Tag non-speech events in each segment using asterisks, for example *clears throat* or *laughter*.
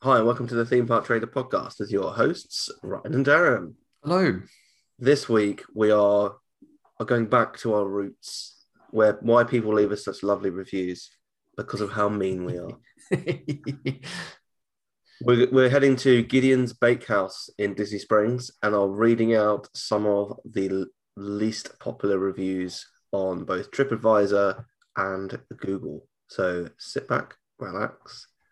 Hi, and welcome to the Theme Park Trader podcast with your hosts, Ryan and Darren. *laughs* Hello. This week, we are, are going back to our roots where why people leave us such lovely reviews because of how mean we are. Hmm. We're, we're heading to Gideon's Bakehouse in Disney Springs and are reading out some of the l- least popular reviews on both TripAdvisor and Google. So sit back, relax,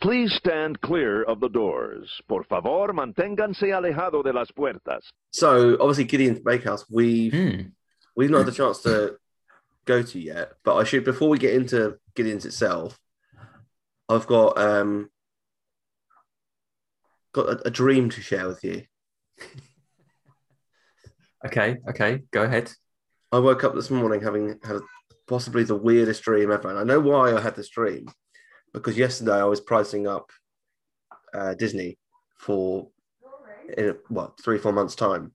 Please stand clear of the doors. Por favor, manténganse alejado de las puertas. So obviously Gideon's Bakehouse, we've Hmm. we've not had the chance to go to yet, but I should before we get into Gideon's itself, I've got um got a, a dream to share with you. Okay. Okay. Go ahead. I woke up this morning having had possibly the weirdest dream ever, and I know why I had this dream because yesterday I was pricing up uh, Disney for in what three four months time.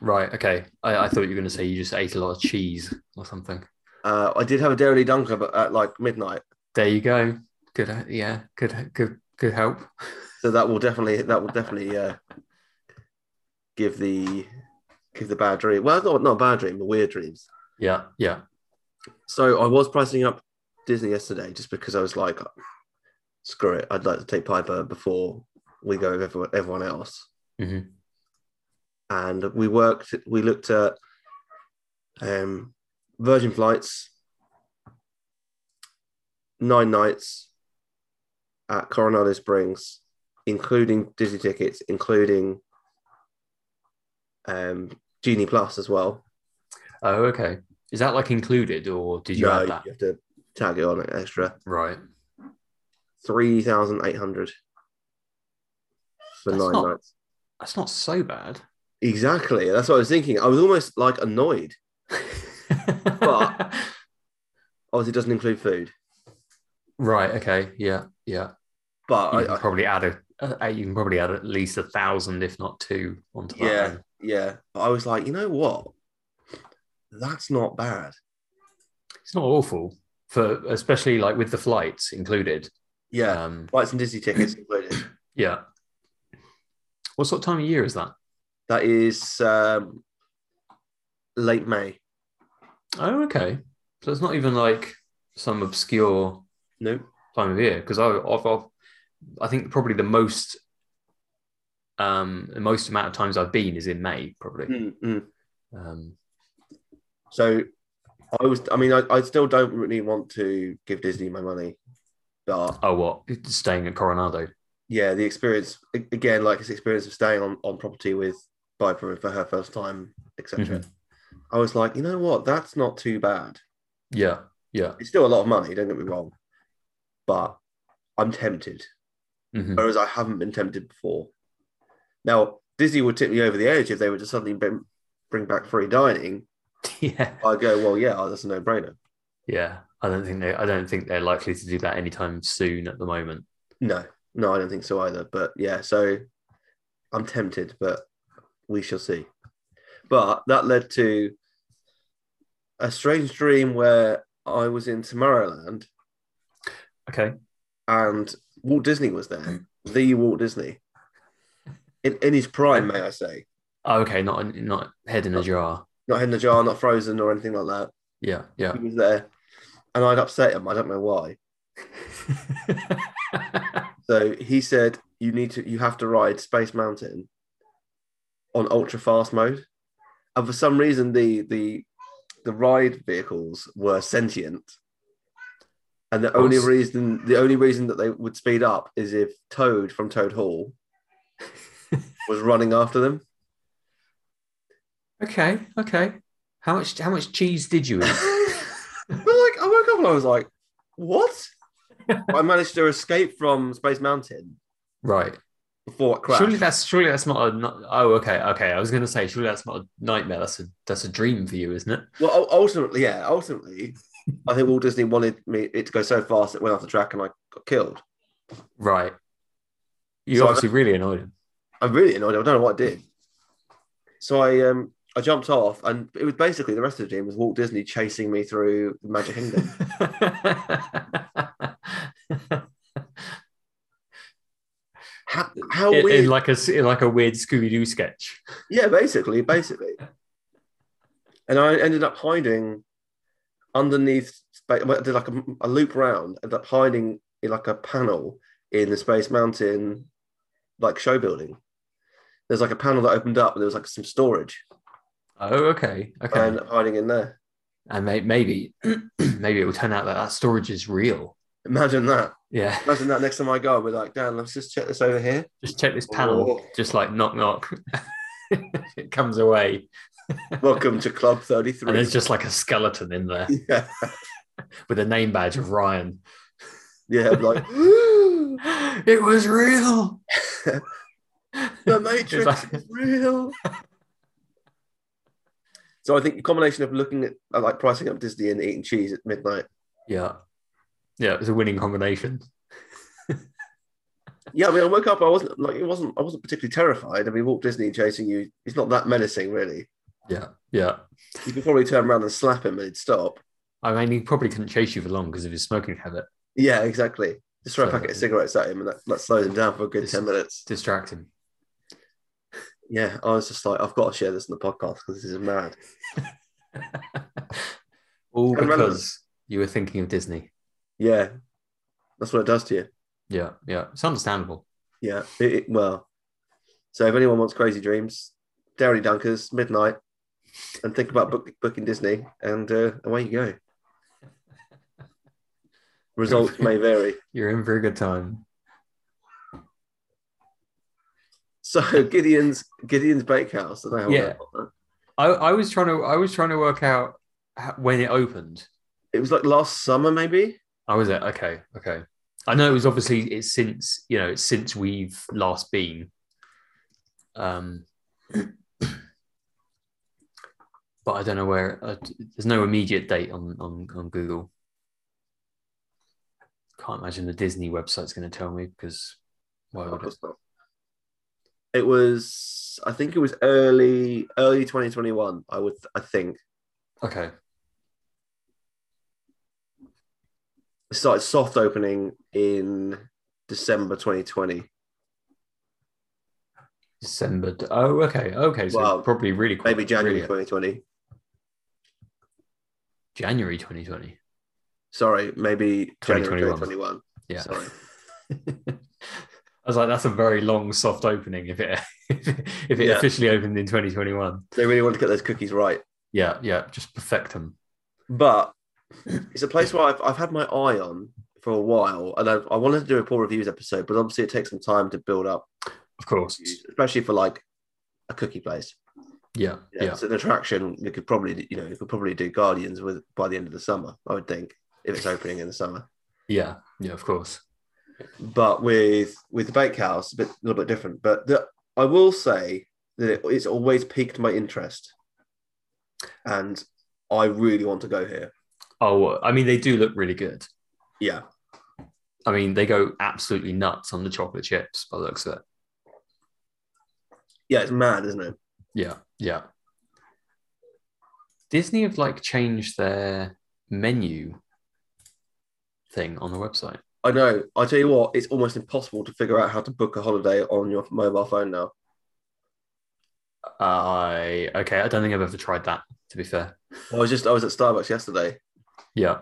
Right. Okay. I, I thought you were going to say you just ate a lot of cheese or something. Uh, I did have a Dairy Dunker, but at like midnight. There you go. Good. uh, Yeah. Good. Good. Good help. So that will definitely that will definitely uh, give the give the bad dream. Well, not not bad dream, the weird dreams. Yeah. Yeah. So I was pricing up Disney yesterday just because I was like, screw it, I'd like to take Piper before we go with everyone, everyone else. Mhm. And we worked. We looked at um, Virgin flights, nine nights at Coronado Springs, including Disney tickets, including um, Genie Plus as well. Oh. Okay. Is that like included or did you No, add that? you have to tag it on extra. Right. three thousand eight hundred for That's nine not- nights. That's not so bad. Exactly. That's what I was thinking. I was almost like annoyed. Obviously, it doesn't include food, *laughs* right. Okay. Yeah. Yeah. but You I, can I, probably add a. Uh, you can probably add at least a thousand, if not two, onto that. Yeah. then. yeah, But I was like, you know what? That's not bad. It's not awful for, especially like with the flights included. Yeah, Um, flights and Disney tickets included. Yeah. What sort of time of year is that? That is um, late May. Oh, okay. So it's not even like some obscure No, time of year because I, I've, I've, I think probably the most, um, the most amount of times I've been is in May, probably. Mm, mm. Um, so I was. I mean, I, I still don't really want to give Disney my money, but oh, what? Staying at Coronado. yeah, the experience a- again, like this experience of staying on, on property with Piper for her first time, etc. I was like, you know what, that's not too bad. Yeah. *laughs* Yeah. It's still a lot of money, don't get me wrong, but I'm tempted, Mhm. whereas I haven't been tempted before. Now, Disney would tip me over the edge if they were to suddenly bring, bring back free dining. Yeah. I go, well, yeah, that's a no brainer. Yeah. I don't think they, I don't think they're likely to do that anytime soon at the moment. No, no, I don't think so either. But yeah, so I'm tempted, but we shall see. But that led to a strange dream where I was in Tomorrowland Okay. and Walt Disney was there, the Walt Disney, in, in his prime, may I say, Oh, okay. Not, not head in a jar. not head in the jar, not frozen or anything like that. Yeah. Yeah. He was there, and I'd upset him. I don't know why. So he said you need to you have to ride Space Mountain on ultra fast mode. And for some reason the the the ride vehicles were sentient. And the only Awesome. reason the only reason that they would speed up is if Toad from Toad *laughs* Hall was running after them. *laughs* *laughs* Okay, okay. How much how much cheese did you but eat? like I woke up and I was like, *laughs* what? I managed to escape from Space Mountain *laughs* right. before it crashed. Surely that's surely that's not a not, oh okay okay. I was going to say surely that's not a nightmare. That's a that's a dream for you, isn't it? Well, ul- ultimately, yeah, ultimately, I think Walt Disney wanted me it to go so fast it went off the track and I got killed. Right. You So I- obviously really annoyed *laughs* him. I'm really annoyed. I don't know what I did. So I um I jumped off, and it was basically the rest of the dream was Walt Disney chasing me through the Magic Kingdom. how how *laughs* in, weird? in like a s- in like a weird Scooby Doo sketch. yeah, basically, basically. And I ended up hiding underneath. spa- well, I did like a, a loop round, ended up hiding in like a panel in the Space Mountain, like show building. There's like a panel that opened up, and there was like some storage, Oh, okay, okay. and hiding in there. and may, maybe *clears throat* maybe it will turn out that that storage is real. Imagine that. Yeah. Imagine that next time I go, we're like, Dan, let's just check this over here. Just check this panel. Oh. Just like knock knock. *laughs* it comes away, Welcome to Club 33. and there's just like a skeleton in there *laughs* yeah, with a name badge of Ryan. yeah, like *gasps* it was real. *laughs* the Matrix like- is real. *laughs* So I think the combination of looking at uh, like pricing up Disney and eating cheese at midnight. *laughs* Yeah. Yeah, it was a winning combination. Yeah, I mean, I woke up. I wasn't like it wasn't. I wasn't particularly terrified. I mean, Walt Disney chasing you. He's not that menacing, really. Yeah. Yeah. You could probably turn around and slap him and he'd stop. I mean, he probably couldn't chase you for long because of his smoking habit. Yeah, exactly. Just throw a So- packet of cigarettes at him and that, that slows him down for a good Just- ten minutes. Distract him. *laughs* Yeah, I was just like, I've got to share this in the podcast because this is mad. All I remember- because you were thinking of Disney. Yeah, that's what it does to you. Yeah. Yeah. It's understandable. Yeah, it, it- well, so if anyone wants crazy dreams, Dairy Dunkers, midnight, and think about book, booking Disney, and uh, away you go. Results may vary. You're in for a good time. So Gideon's Gideon's Bakehouse. I don't know how I Yeah. know about that. I, I was trying to I was trying to work out ho- when it opened. It was like last summer, maybe. I was Oh, it. Okay. Okay. I know it was obviously it's since you know it's since we've last been. Um, *clears throat* but I don't know where. Uh, there's no immediate date on on on Google. Can't imagine the Disney website's going to tell me because why Of would it? course not. It was. I think it was early early 2021. I would. I think Okay. it started soft opening in December 2020. December. Oh, okay. Okay. So Well, probably really quick. Maybe January really- 2020. January 2020. Sorry, maybe January 2021. 2021. Yeah. Sorry. I was like, that's a very long soft opening if it *laughs* if it, if it Yeah. officially opened in 2021. They really want to get those cookies right. Yeah, yeah, just perfect them. But it's a place where I've, I've had my eye on for a while. And I've, I wanted to do a poor reviews episode, but obviously it takes some time to build up, Of course. especially for like a cookie place. Yeah, You know, yeah. It's an attraction. You could probably, you know, you could probably do Guardians with by the end of the summer, I would think, if it's opening in the summer. Yeah, yeah, of course. but with with the bakehouse a bit a little bit different but the, i will say that it, it's always piqued my interest and i really want to go here Oh, I mean, they do look really good. yeah I mean, they go absolutely nuts on the chocolate chips by the looks of it. yeah it's mad isn't it Yeah, yeah. Disney have like changed their menu thing on the website. i know i tell you what it's almost impossible to figure out how to book a holiday on your mobile phone now I okay, I don't think I've ever tried that. To be fair, i was just i was at starbucks yesterday yeah,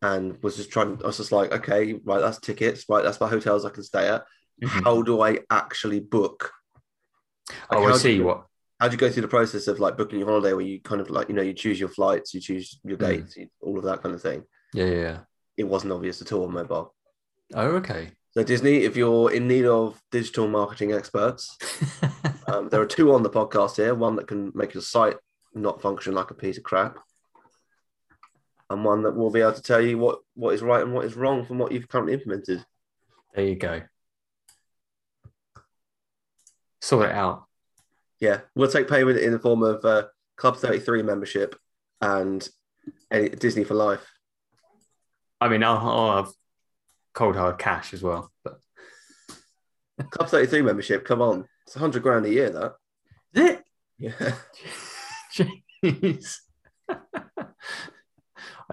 and was just trying. I was just like, okay, right, that's tickets, right, that's my hotels I can stay at. Mhm. How do I actually book? Oh, I how see do- what. How do you go through the process of like booking your holiday, where you kind of like you know you choose your flights, you choose your Mm. dates, you- all of that kind of thing? Yeah, yeah, yeah. It wasn't obvious at all on mobile. Oh, *laughs* okay. So Disney, if you're in need of digital marketing experts, um, there are two on the podcast here. One that can make your site not function like a piece of crap, and one that will be able to tell you what what is right and what is wrong from what you've currently implemented. there you go. Sort it out. Yeah, we'll take payment in the form of uh, Club Thirty Three membership and uh, Disney for life. I mean, I'll, I'll have cold hard cash as well. But Club Thirty Three membership, come on, it's hundred grand a year. That is it? yeah, *laughs* Jeez. *laughs* I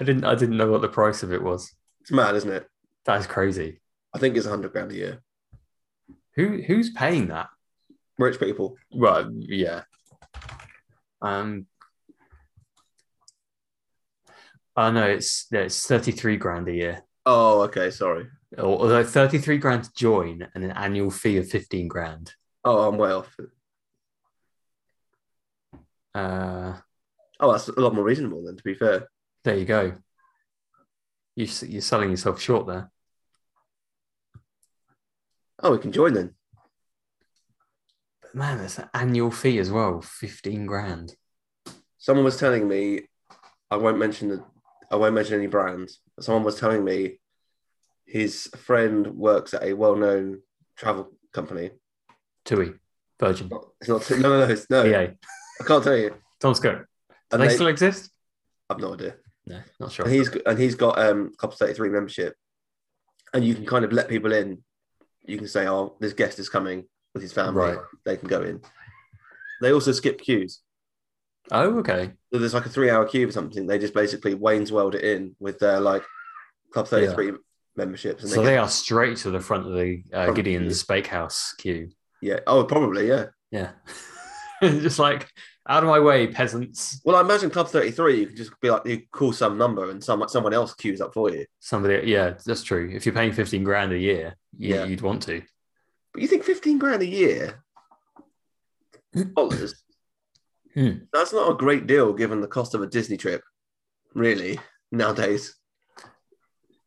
didn't. I didn't know what the price of it was. *laughs* it's mad, isn't it? That is crazy. I think it's hundred grand a year. Who who's paying that? Rich people. Right. Yeah. Um. I know uh, it's yeah, it's thirty three grand a year, Oh, okay, sorry. Al- although thirty three grand to join and an annual fee of fifteen grand. Oh, I'm way off. Uh, Oh, that's a lot more reasonable then. To be fair. there you go. You s- you're selling yourself short there. Oh, we can join then. But man, that's an annual fee as well, fifteen grand. Someone was telling me, I won't mention the, I won't mention any brands. But someone was telling me, his friend works at a well-known travel company. Tui, Virgin, E Not- It's not no no no it's, no. EA, I can't tell you. Tom Scott. Do Oh. And they they- still exist? I've no idea. No, not sure. And he's and he's got um Club Thirty Three membership, and you can kind of let people in. You can say, oh, this guest is coming with his family. Right. They can go in. They also skip queues. Oh, okay. So there's like a three hour queue or something. They just basically Wayne's World it in with their like Club 33 memberships. And So they, they get- are straight to the front of the uh, Front Gideon's Bakehouse queue. yeah. Oh, probably. Yeah. Yeah. *laughs* Just like, out of my way, peasants. Well, I imagine Club 33, you can just be like, you call some number and some, someone else queues up for you. Somebody, yeah, that's true. If you're paying 15 grand a year, you, Yeah. you'd want to. But you think 15 grand a year? Dollars. *clears throat* Hmm. That's not a great deal given the cost of a Disney trip, really, nowadays.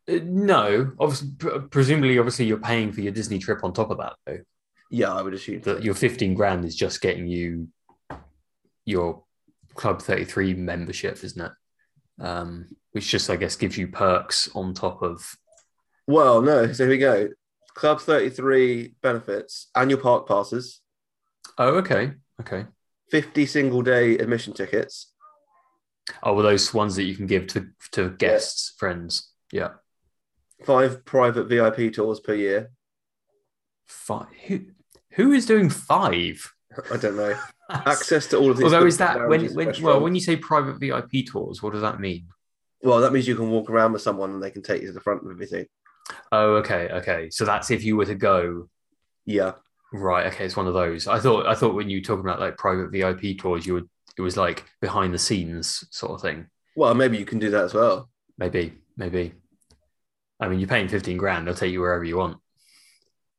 Uh, no, obviously, pr- presumably, obviously, you're paying for your Disney trip on top of that, though. Yeah, I would assume. That your 15 grand is just getting you your Club 33 membership, isn't it? Um, which just, I guess, gives you perks on top of. Well, no. So here we go. Club 33 benefits, annual park passes, Oh, okay. Okay. 50 single day admission tickets. Oh, well, those ones that you can give to to guests, friends. Yeah. Five private VIP tours per year. Five. Who, who is doing five? I don't know. *laughs* That's- Access to all of these. Although, is that when, lounges, when well, restaurants. when you say private VIP tours, what does that mean? well, that means you can walk around with someone and they can take you to the front of everything. Oh, okay, okay. So that's if you were to go. Yeah. Right. Okay, it's one of those. I thought. I thought when you were talking about like private VIP tours, you would. It was like behind the scenes sort of thing. Well, maybe you can do that as well. Maybe. Maybe. I mean, you're paying fifteen grand. They'll take you wherever you want.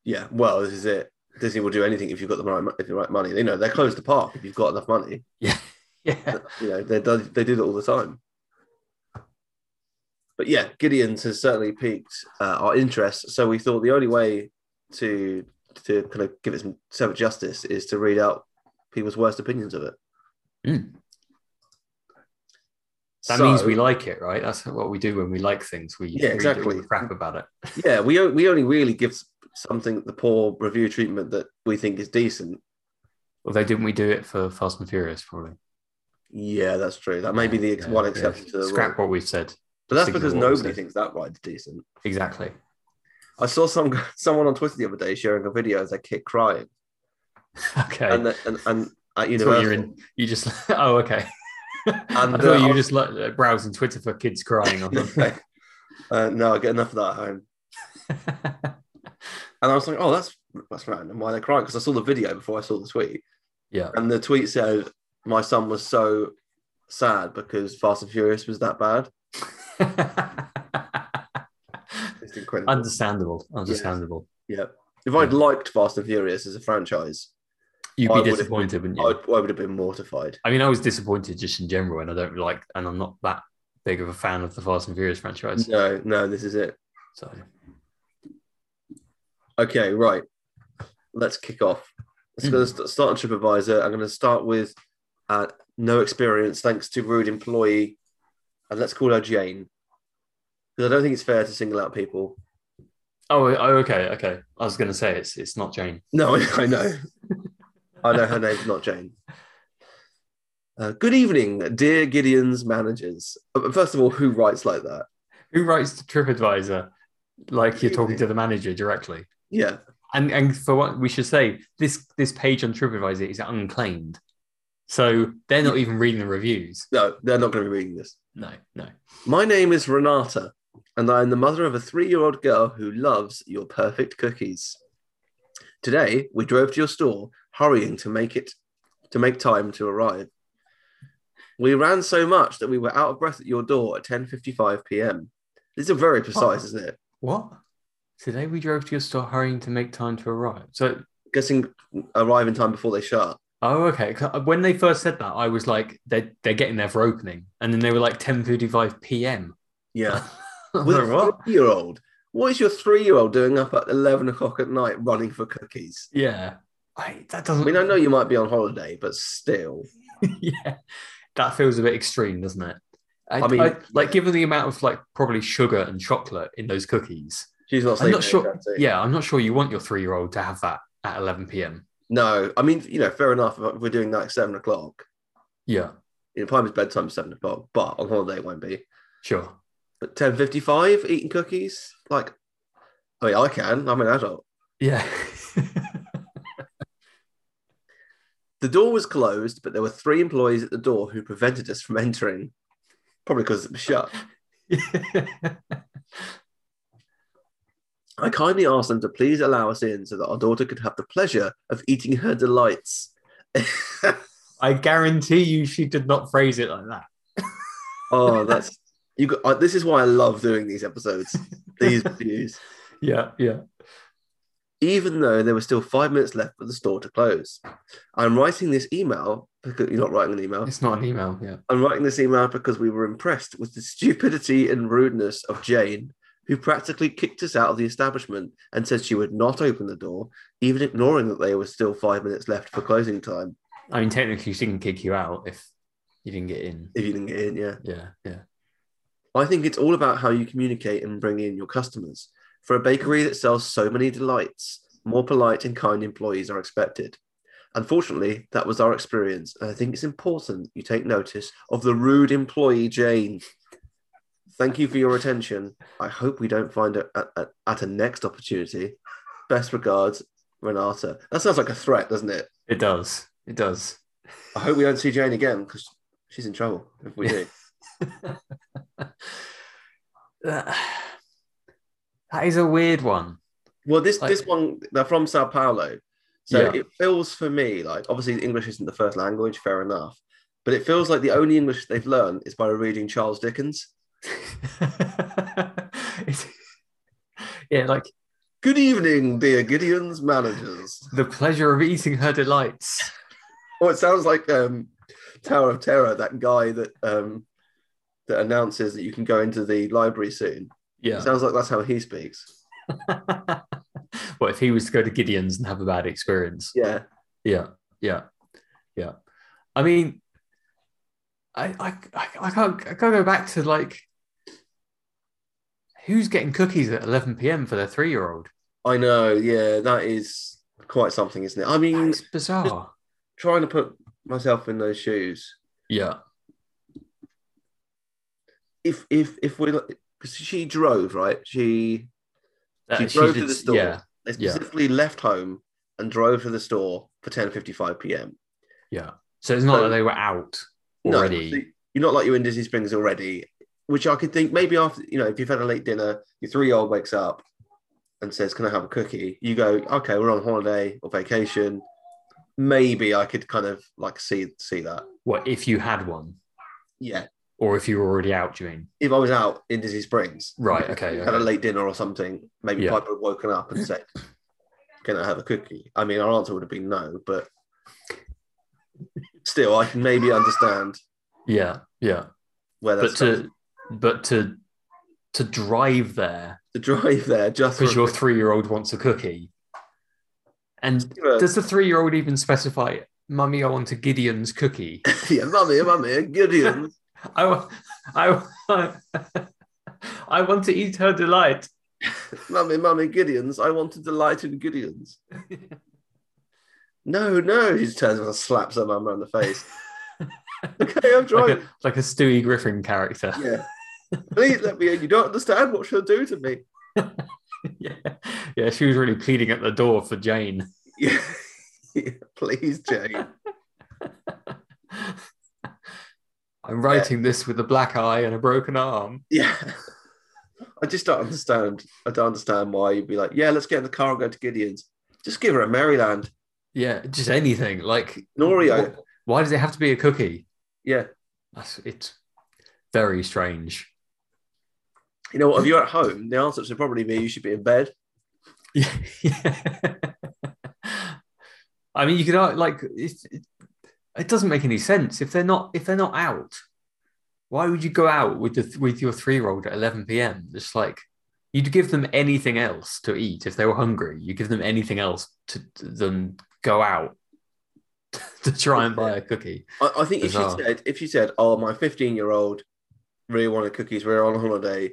Yeah. Well, this is it. Disney will do anything if you've got the right, mo- if the right money. You know, they close the park if you've got enough money. Yeah. You know, they, do- they do that all the time. But yeah, Gideon's has certainly piqued uh, our interest. So we thought the only way to to kind of give it some self justice is to read out people's worst opinions of it. Mm. That So- means we like it, right? That's what we do when we like things. We Yeah, read all exactly. the crap about it. yeah we o- we only really give something the poor review treatment that we think is decent. Although, didn't we do it for Fast and Furious? Probably. Yeah, that's true. That may be the ex- Yeah, one yeah. exception to the Scrap rule. what we've said. But that's Signal because what we nobody said. thinks that ride's decent. Exactly. *laughs* I saw some *laughs* someone on Twitter the other day sharing a video of their kid crying, Okay. and the- and, and at That's what Universal, you're in. You just. *laughs* Oh, okay. I uh, thought you I'll- were just like, uh, browsing Twitter for kids *laughs* crying. Or something. uh, no, I get enough of that at home. And I was like, oh, that's that's random. Why they're crying? Because I saw the video before I saw the tweet, *laughs* yeah. and the tweet said my son was so sad because Fast and Furious was that bad. It's *laughs* incredible. Understandable. Understandable. yeah. If I'd Yeah. liked Fast and Furious as a franchise, I You'd would be have- disappointed, wouldn't I, you? would, I would have been mortified. I mean, I was disappointed just in general, and I don't like, and I'm not that big of a fan of the Fast and Furious franchise. No, no, this is it. So Okay, right. Let's kick off. Let's go st- start on TripAdvisor. I'm going to start with uh, no experience, thanks to rude employee, and let's call her Jane. Because I don't think it's fair to single out people. Oh, oh, okay, okay. I was going to say it's it's not Jane. No, *laughs* I know. I know her name's not Jane. Uh, good evening, dear Gideon's managers. Uh, First of all, who writes like that? Who writes to TripAdvisor like you're talking to the manager directly? Yeah, And and for what we should say, this this page on TripAdvisor is unclaimed, so they're not even reading the reviews. no, they're not going to be reading this. No, no. My name is Renata, and I am the mother of a three year old girl who loves your perfect cookies. Today, we drove to your store, hurrying to make it to make time to arrive. We ran so much that we were out of breath at your door at 10:55 p.m. This is very precise, isn't it? What? Today we drove to your store hurrying to make time to arrive. So, Guessing arrive in time before they shut. oh, okay. 'Cause When they first said that, I was like, they're, they're getting there for opening. And then they were like 10.55 p.m. *laughs* Yeah, I was with like, what? a three-year-old. What is your three-year-old doing up at 11 o'clock at night running for cookies? Yeah. I, that I doesn't mean, I *laughs* know you might be on holiday, but still. yeah, that feels a bit extreme, doesn't it? I, I mean- I- like given the amount of like probably sugar and chocolate in those cookies, She's not I'm sleeping. not sure. that's it. Yeah, I'm not sure you want your three year old to have that at 11 p.m. No, I mean, you know, fair enough. If we're doing that at seven o'clock, Yeah, you know, Piper's bedtime is seven o'clock, but on holiday it won't be. sure. But ten fifty-five, eating cookies, like, I mean, I can. I'm an adult. *laughs* Yeah, *laughs* The door was closed, but there were three employees at the door who prevented us from entering, probably because it was shut. I kindly asked them to please allow us in so that our daughter could have the pleasure of eating her delights. I guarantee you, she did not phrase it like that. oh, *laughs* that's you. Got, uh, this is why I love doing these episodes, *laughs* these reviews. Yeah, yeah. even though there were still five minutes left for the store to close. I'm writing this email because you're not writing an email. It's not an email. Yeah, I'm writing this email because we were impressed with the stupidity and rudeness of Jane, who practically kicked us out of the establishment and said she would not open the door, even ignoring that there was still five minutes left for closing time. I mean, technically, she can kick you out if you didn't get in. If you didn't get in, yeah. Yeah, yeah. I think it's all about how you communicate and bring in your customers. For a bakery that sells so many delights, more polite and kind employees are expected. Unfortunately, that was our experience, and I think it's important you take notice of the rude employee, Jane. Thank you for your attention. I hope we don't find it at, at, at a next opportunity. Best regards, Renata. That sounds like a threat, doesn't it? It does. It does. I hope we don't see Jane again because she's in trouble if we do. that that is a weird *laughs* one. Well, this Like- this one they're from Sao Paulo, so Yeah. it feels for me like obviously English isn't the first language, fair enough, but it feels like the only English they've learned is by reading Charles Dickens. It's- yeah, like Good evening, dear Gideon's managers. the pleasure of eating her delights. Oh, it sounds like um, Tower of Terror, that guy that um, that announces that you can go into the library soon. It Yeah. sounds like that's how he speaks. *laughs* what if he was to go to Gideon's and have a bad experience? Yeah, Yeah, yeah, yeah. I mean, I I I, I can't I can't go back to like who's getting cookies at 11 p.m. for their three-year-old. I know. Yeah, that is quite something, isn't it? I mean, That's bizarre. trying to put myself in those shoes. Yeah, if if if we because she drove right she Uh, She drove to did- the store. Yeah, they Yeah. specifically left home and drove to the store for 10.55 p.m So it's not So- that they were out No, already. so you're not like you're in disney springs already which i could think maybe after you know if you've had a late dinner your three-year-old wakes up and says can i have a cookie you go okay we're on holiday or vacation maybe i could kind of like see see that What if you had one? yeah Or if you were already out, do you mean? If I was out in Disney Springs, Right. Okay. had a okay. late dinner or something, maybe Yeah. Piper had woken up and said, Can I have a cookie? I mean, our answer would have been no, but still, I can maybe understand Yeah. Yeah. where But that's to but to to drive there the drive there just because for your three year old wants a cookie. And a- does the three year old even specify, "Mummy, I want a Gideon's cookie"? yeah, mummy, mummy, Gideon. I, wa- I, wa- I want to eat her delight. mummy, mummy, Gideon's. I want to delight in Gideon's. No, no, he turns around and slaps her mum around the *laughs* face. okay, I'm Like driving. a, like a Stewie Griffin character. Yeah. Please let me in. You don't understand what she'll do to me. *laughs* Yeah. yeah, she was really pleading at the door for Jane. Yeah. *laughs* Please, Jane. I'm writing this with a black eye and a broken arm. Yeah. I just don't understand. I don't understand why you'd be like, yeah, let's get in the car and go to Gideon's. Just give her a Maryland, Yeah, just anything like an Oreo. wh- Why does it have to be a cookie? Yeah. That's, it's very strange. You know what? If you're at home, the answer should probably be you should be in bed. *laughs* Yeah. I mean, you could ar- like it, it, it doesn't make any sense if they're not if they're not out. Why would you go out with the with your three year old at eleven p.m. It's like you'd give them anything else to eat if they were hungry. You give them anything else to, to than go out *laughs* to try and buy a cookie. I, I think Bizarre. if she said, if she said, oh, my 15 year old really wanted cookies, we're on holiday,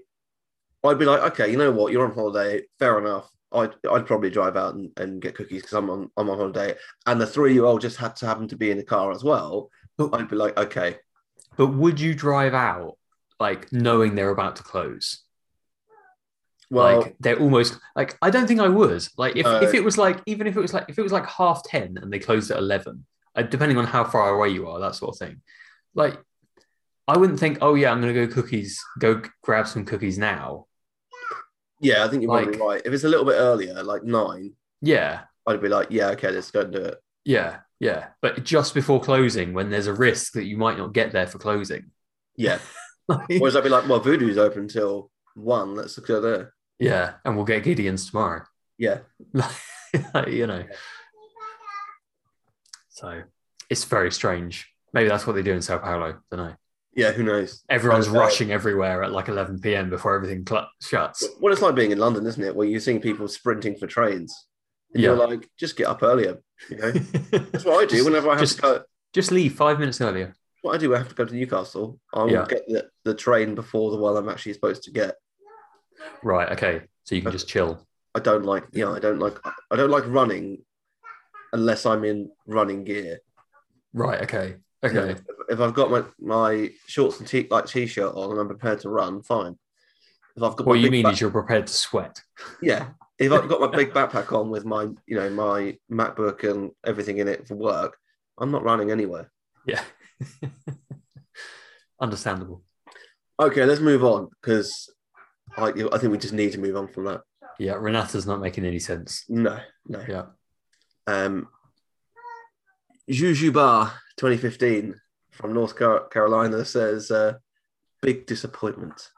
I'd be like, okay, you know what? You're on holiday. Fair enough. I'd, I'd probably drive out and, and get cookies because I'm on, I'm on holiday. And the three year old just had to happen to be in the car as well. I'd be like, okay, But would you drive out like knowing they're about to close? well, like they're almost like I don't think I would. Like if, if No. it was like even if it was like if it was like half ten and they closed at eleven, uh, depending on how far away you are, that sort of thing. Like I wouldn't think, oh yeah, I'm gonna go cookies, go g- grab some cookies now. yeah, I think you're probably like- right. If it's a little bit earlier, like nine, Yeah, I'd be like, yeah, okay, let's go and do it. yeah, yeah. But just before closing, when there's a risk that you might not get there for closing. *laughs* Yeah. Like, Whereas I'd be like, well, Voodoo's open till one. Let's go there. yeah, and we'll get Gideon's tomorrow. *laughs* Yeah. like, you know. So it's very strange. Maybe that's what they do in Sao Paulo. Don't know. Yeah. Who knows? Everyone's Okay. rushing everywhere at like 11 p.m. before everything cl- shuts. *laughs* Well, it's like being in London, isn't it? Where you're seeing people sprinting for trains. And Yeah. you're like, just get up earlier. You *laughs* know? That's what I do whenever I have Just- to go. Just leave five minutes earlier. What I do, when I have to go to Newcastle. I will Yeah. get the, the train before the one I'm actually supposed to get. Right. Okay. So you can just chill. I don't like, yeah, I don't like, I don't like running unless I'm in running gear. Right. Okay. Okay. If, if I've got my, my shorts and t like t-shirt on and I'm prepared to run, fine. If I've got What my you big mean back- is you're prepared to sweat. *laughs* yeah if i've got my big backpack on with my you know my macbook and everything in it for work i'm not running anywhere Yeah. *laughs* Understandable. okay let's move on because I, I think we just need to move on from that Yeah. Renata's not making any sense. no no Yeah. um jujuba 2015 from north Car- carolina says uh, big disappointment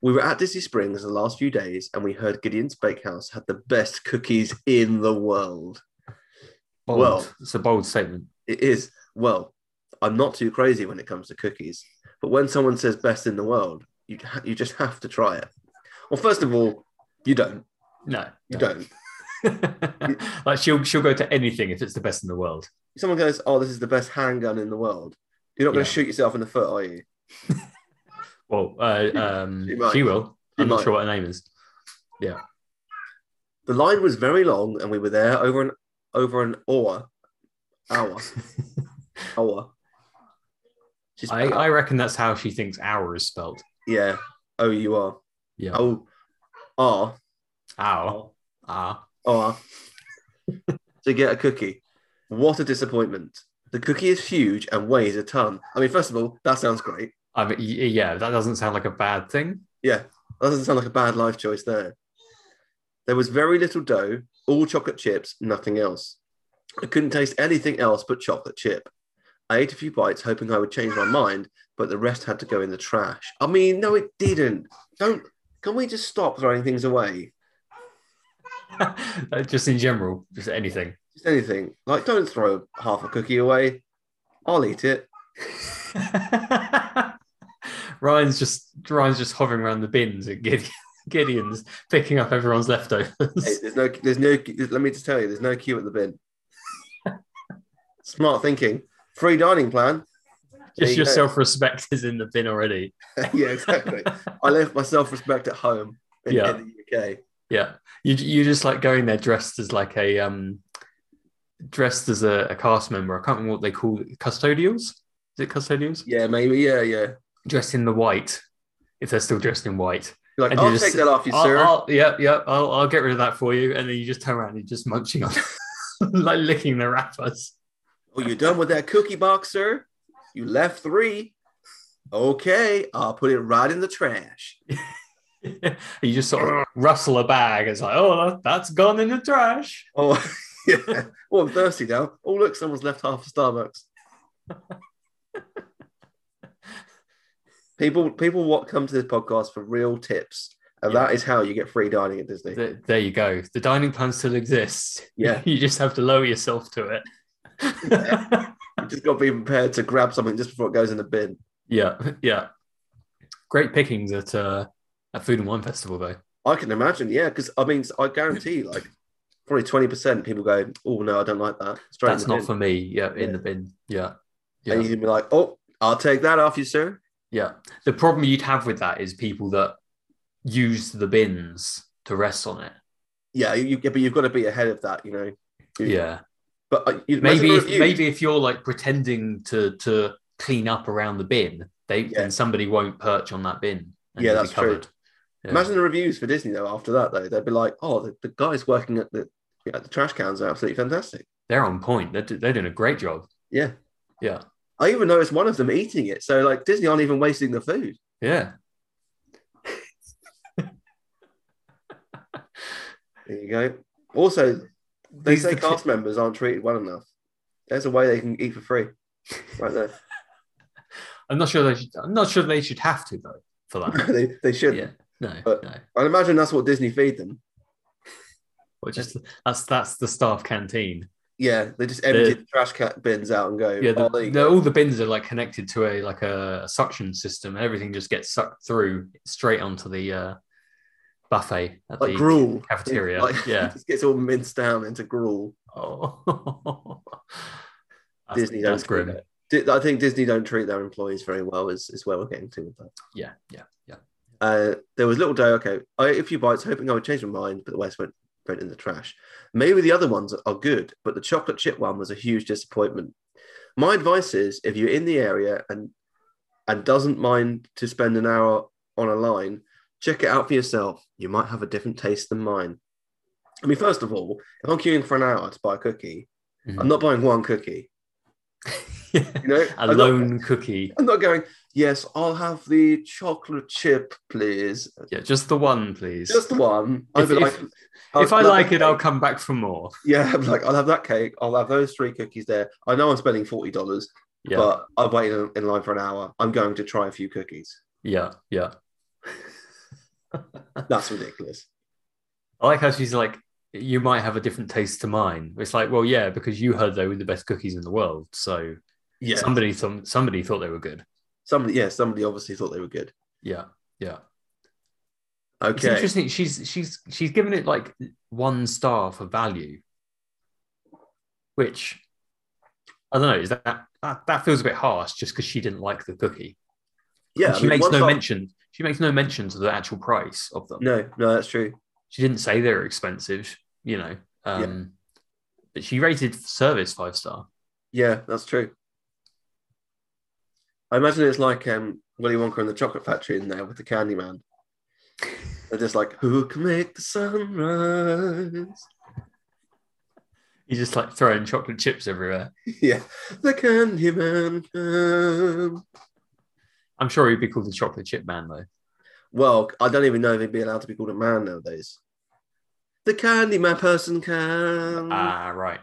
we were at disney springs the last few days and we heard gideon's bakehouse had the best cookies in the world Bold. Well- it's a bold statement. It is, well, I'm not too crazy when it comes to cookies, but when someone says best in the world, you, ha- you just have to try it. Well, first of all, you don't. No. You no. don't. *laughs* like she'll she'll go to anything if it's the best in the world. If someone goes, oh, this is the best handgun in the world, you're not going to Yeah. shoot yourself in the foot, are you? Well, uh, um, She might. she will. I'm She not might. sure what her name is. The line was very long, and we were there over an over an hour, *laughs* hour, hour. She's, I, uh, I reckon that's how she thinks hour is spelt. yeah, oh, you are. Yeah. Oh, ah, Ow. Ah. *laughs* are to get a cookie. What a disappointment. The cookie is huge and weighs a ton. I mean, first of all, that sounds great. I mean, y- yeah, that doesn't sound like a bad thing. *laughs* That doesn't sound like a bad life choice there. There was very little dough, all chocolate chips, nothing else. I couldn't taste anything else but chocolate chip. I ate a few bites, hoping I would change my mind, but the rest had to go in the trash. I mean, no, it didn't. Don't. Can we just stop throwing things away? just in general, just anything. *laughs* Just anything. Like, don't throw half a cookie away. I'll eat it. Ryan's just Ryan's just hovering around the bins at Gideon, Gideon's, picking up everyone's Hey, *laughs* leftovers. there's no. There's no. Let me just tell you, there's no queue at the bin. Smart thinking. Free dining plan. There just you your go. self respect is in the bin already. *laughs* yeah, exactly. I left my self respect at home in, Yeah. in the UK. Yeah, you you just like going there dressed as like a um, dressed as a, a cast member. I can't remember what they call it. custodials. Is it custodials? Yeah, maybe. Yeah, yeah. Dressed in the white, if they're still dressed in white. You're like, And you I'll just- take that off you, I'll- sir. I'll- yeah, yeah. I'll, I'll get rid of that for you, and then you just turn around and you're just munching on, *laughs* like licking the wrappers. *laughs* Oh, you done with that cookie box, sir? You left three. Okay, I'll put it right in the *laughs* trash. you just sort of rustle a bag. It's like, oh, that, that's gone in the trash. Oh, yeah. Well, I'm thirsty now. Oh, look, someone's left half a Starbucks. *laughs* people, people, what come to this podcast for real tips, and Yeah. that is how you get free dining at Disney. Th- there you go. The dining plan still exists. *laughs* Yeah. you just have to lower yourself to it. You just got to be prepared to grab something just before it goes in the bin. *laughs* yeah, yeah. Great pickings at uh, at Food and Wine Festival, though. I can imagine, yeah, because I mean, I guarantee, like, probably twenty percent people go, "Oh no, I don't like that." Straight that's in the not bin. for me. Yeah, in Yeah. the bin. Yeah, And yeah, you can be like, "Oh, I'll take that off you, sir." yeah. The problem you'd have with that is people that use the bins to rest on it. Yeah, you, you- but you've got to be ahead of that, you know. You- Yeah. But uh, you, maybe imagine if, reviews. maybe if you're like pretending to to clean up around the bin, they Yeah. then somebody won't perch on that bin. Yeah, you'll be that's true. covered. Yeah. imagine the reviews for Disney though. After that, though, they'd be like, "Oh, the, the guys working at the yeah, the trash cans are absolutely fantastic." they're on point. They're, do- they're doing a great job. Yeah, Yeah, I even noticed one of them eating it. So like, Disney aren't even wasting the food. yeah. There you go. Also, they These say are the cast members aren't treated well enough. There's a way they can eat for free, right there. *laughs* I'm not sure they. Should, I'm not sure they should have to though *laughs* for that. they, they should. yeah, no, But- no. I'd imagine that's what Disney feed them. Well, just that's that's the staff canteen. Yeah, they just empty The- the trash cat bins out and go. Yeah, the, "Oh, there you the- go." all the bins are like connected to a like a suction system. Everything just gets sucked through straight onto the uh, buffet at like the gruel cafeteria. *laughs* Like, Yeah. it just gets all minced down into gruel. Oh, *laughs* that's, Disney don't that's do grim. that. Di- I think Disney don't treat their employees very well. Is is where we're getting to with that. Yeah, yeah, yeah. Uh, there was little Joe. Okay, I ate a few bites, hoping I would change my mind, but the West went went in the trash. Maybe the other ones are good, but the chocolate chip one was a huge disappointment. My advice is, if you're in the area and and doesn't mind to spend an hour on a line, check it out for yourself. You might have a different taste than mine. I mean, first of all, if I'm queuing for an hour to buy a cookie, Mhm. I'm not buying one cookie. Mm-hmm. *laughs* *laughs* You know, a I'm not- lone cookie. I'm not going, yes, I'll have the chocolate chip, please. Yeah, just the one, please. Just the one. I'd If- be if- um, like, if I I'll- like it, I'll come back for more. Yeah, I'd be like, I'll have that cake. I'll have those three cookies there. I know I'm spending $40, Yeah, but I've waited in- in line for an hour. I'm going to try a few cookies. *laughs* yeah, yeah. That's ridiculous. I like how she's like, you might have a different taste to mine. It's like, well, yeah, because you heard they were the best cookies in the world. So Yeah. somebody, some, somebody thought they were good. Somebody, yeah, somebody obviously thought they were good. Yeah, yeah. It's Okay. interesting. She's she's she's given it like one star for value, which I don't know. Is that that, that feels a bit harsh just because she didn't like the cookie? Yeah. And I she mean, makes one no star- mention. She makes no mention to the actual price of them. No, no, that's true. She didn't say they were expensive. You know, um, but she rated service five star. Yeah, that's true. I imagine it's like um, Willy Wonka and the Chocolate Factory in there with the Candyman. They're just like, who can make the sunrise? He's just like throwing chocolate chips everywhere. yeah, the Candyman. Can. I'm sure he'd be called the chocolate chip man though. Well, I don't even know if he'd be allowed to be called a man nowadays. The Candyman person can. Ah, right.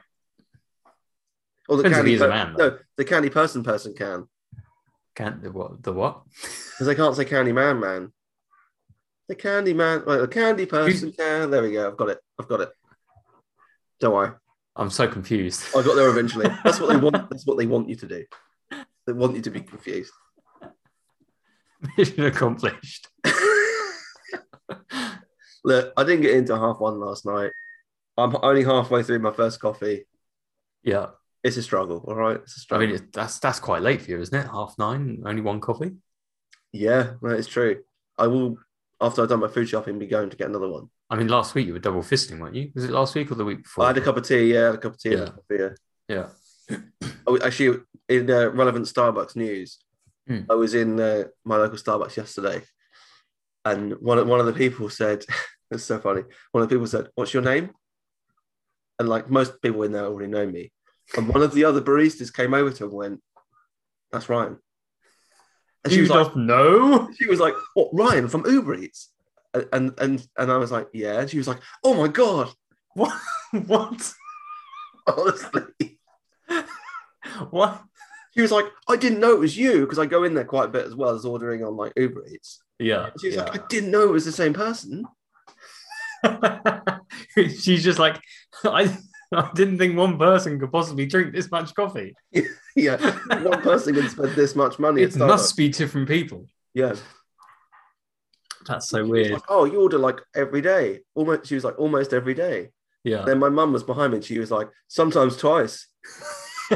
or the depends if candy he's a per- man, though. No, the candy person person can. Can't the what? The what? because they can't say Candy Man Man. The Candy Man, well, the Candy Person can. There we go. I've got it. I've got it. Don't worry. I'm so confused. I got there eventually. That's what they want. That's what they want you to do. They want you to be confused. *laughs* Mission accomplished. *laughs* Look, I didn't get into half one last night. I'm only halfway through my first coffee. Yeah, It's a struggle. All right, it's a I struggle. mean it, that's that's quite late for you, isn't it? Half nine, only one coffee. yeah, no, it's true. I will after I've done my food shopping be going to get another one. I mean, last week you were double fisting, weren't you? Was it last week or the week before? I had a cup of tea. Yeah, I had a cup of tea. And Yeah. a coffee, yeah. yeah, Oh, actually, in uh, relevant Starbucks news, Hmm. I was in uh, my local Starbucks yesterday, and one of- one of the people said, *laughs* "It's so funny." One of the people said, "What's your name?" And like most people in there already know me, and one of the other baristas came over to her and went, "That's Ryan," and she you was like, don't know. *laughs* she was like, "What Ryan from Uber Eats?" And- And and and I was like, "Yeah," and she was like, "Oh my god!" *laughs* What? what? Honestly, What? she was like, "I didn't know it was you," because I go in there quite a bit as well as ordering on like Uber Eats. Yeah. She was yeah. like, I didn't know it was the same person. *laughs* *laughs* She's just like, I, I didn't think one person could possibly drink this much coffee. yeah, one person can spend this much money. It At must Starbucks. be different people. Yeah. That's so She was weird. like, oh, you order like every day. Almost. She was like almost every day. Yeah. Then my mum was behind me, and she was like, sometimes twice. *laughs*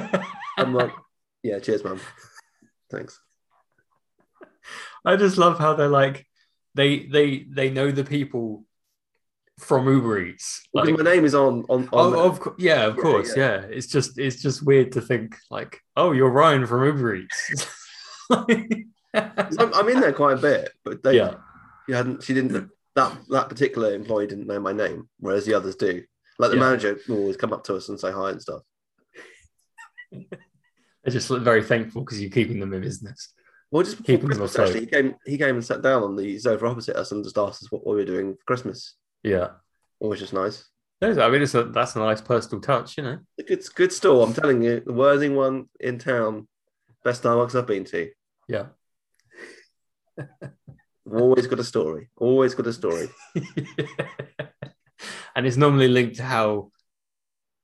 I'm like, yeah, cheers, mum. Thanks. I just love how they're like, they they they know the people from Uber Eats. Because Like, my name is on on. on there. oh, of course, yeah, of Yeah, course, yeah. It's just it's just weird to think like, oh, you're Ryan from Uber Eats. *laughs* I'm, I'm in there quite a bit, but they, yeah, you hadn't. She didn't. That that particular employee didn't know my name, whereas the others do. Like the Yeah. manager will always come up to us and say hi and stuff. they're just very thankful because you're keeping them in business. Well, just before Keep them Christmas, afloat. actually, he came. He came and sat down on the sofa opposite us and just asked us what we were doing for Christmas, Yeah. which is nice. There's- I mean, it's a, that's a nice personal touch, you know. *laughs* It's good store. I'm telling you, the Worthing one in town, best Starbucks I've been to. Yeah. *laughs* Always got a story. Always got a story. and it's normally linked to how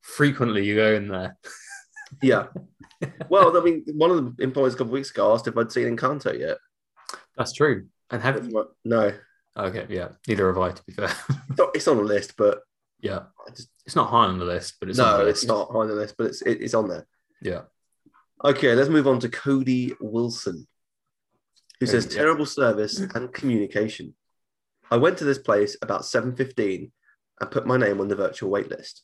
frequently you go in there. Yeah. Well, I mean, one of the employees a couple of weeks ago asked if I'd seen Encanto yet. That's true. And have you? No, Okay, yeah. Neither have I, to be fair. *laughs* it's not, it's on the list, but yeah, I just, it's not high on the list, but it's on no, the it's list. not on the list, but it's it, it's on there. Yeah. Okay, let's move on to Cody Wilson, who says Okay, yeah. terrible service and communication. I went to this place about 7.15 and put my name on the virtual wait list.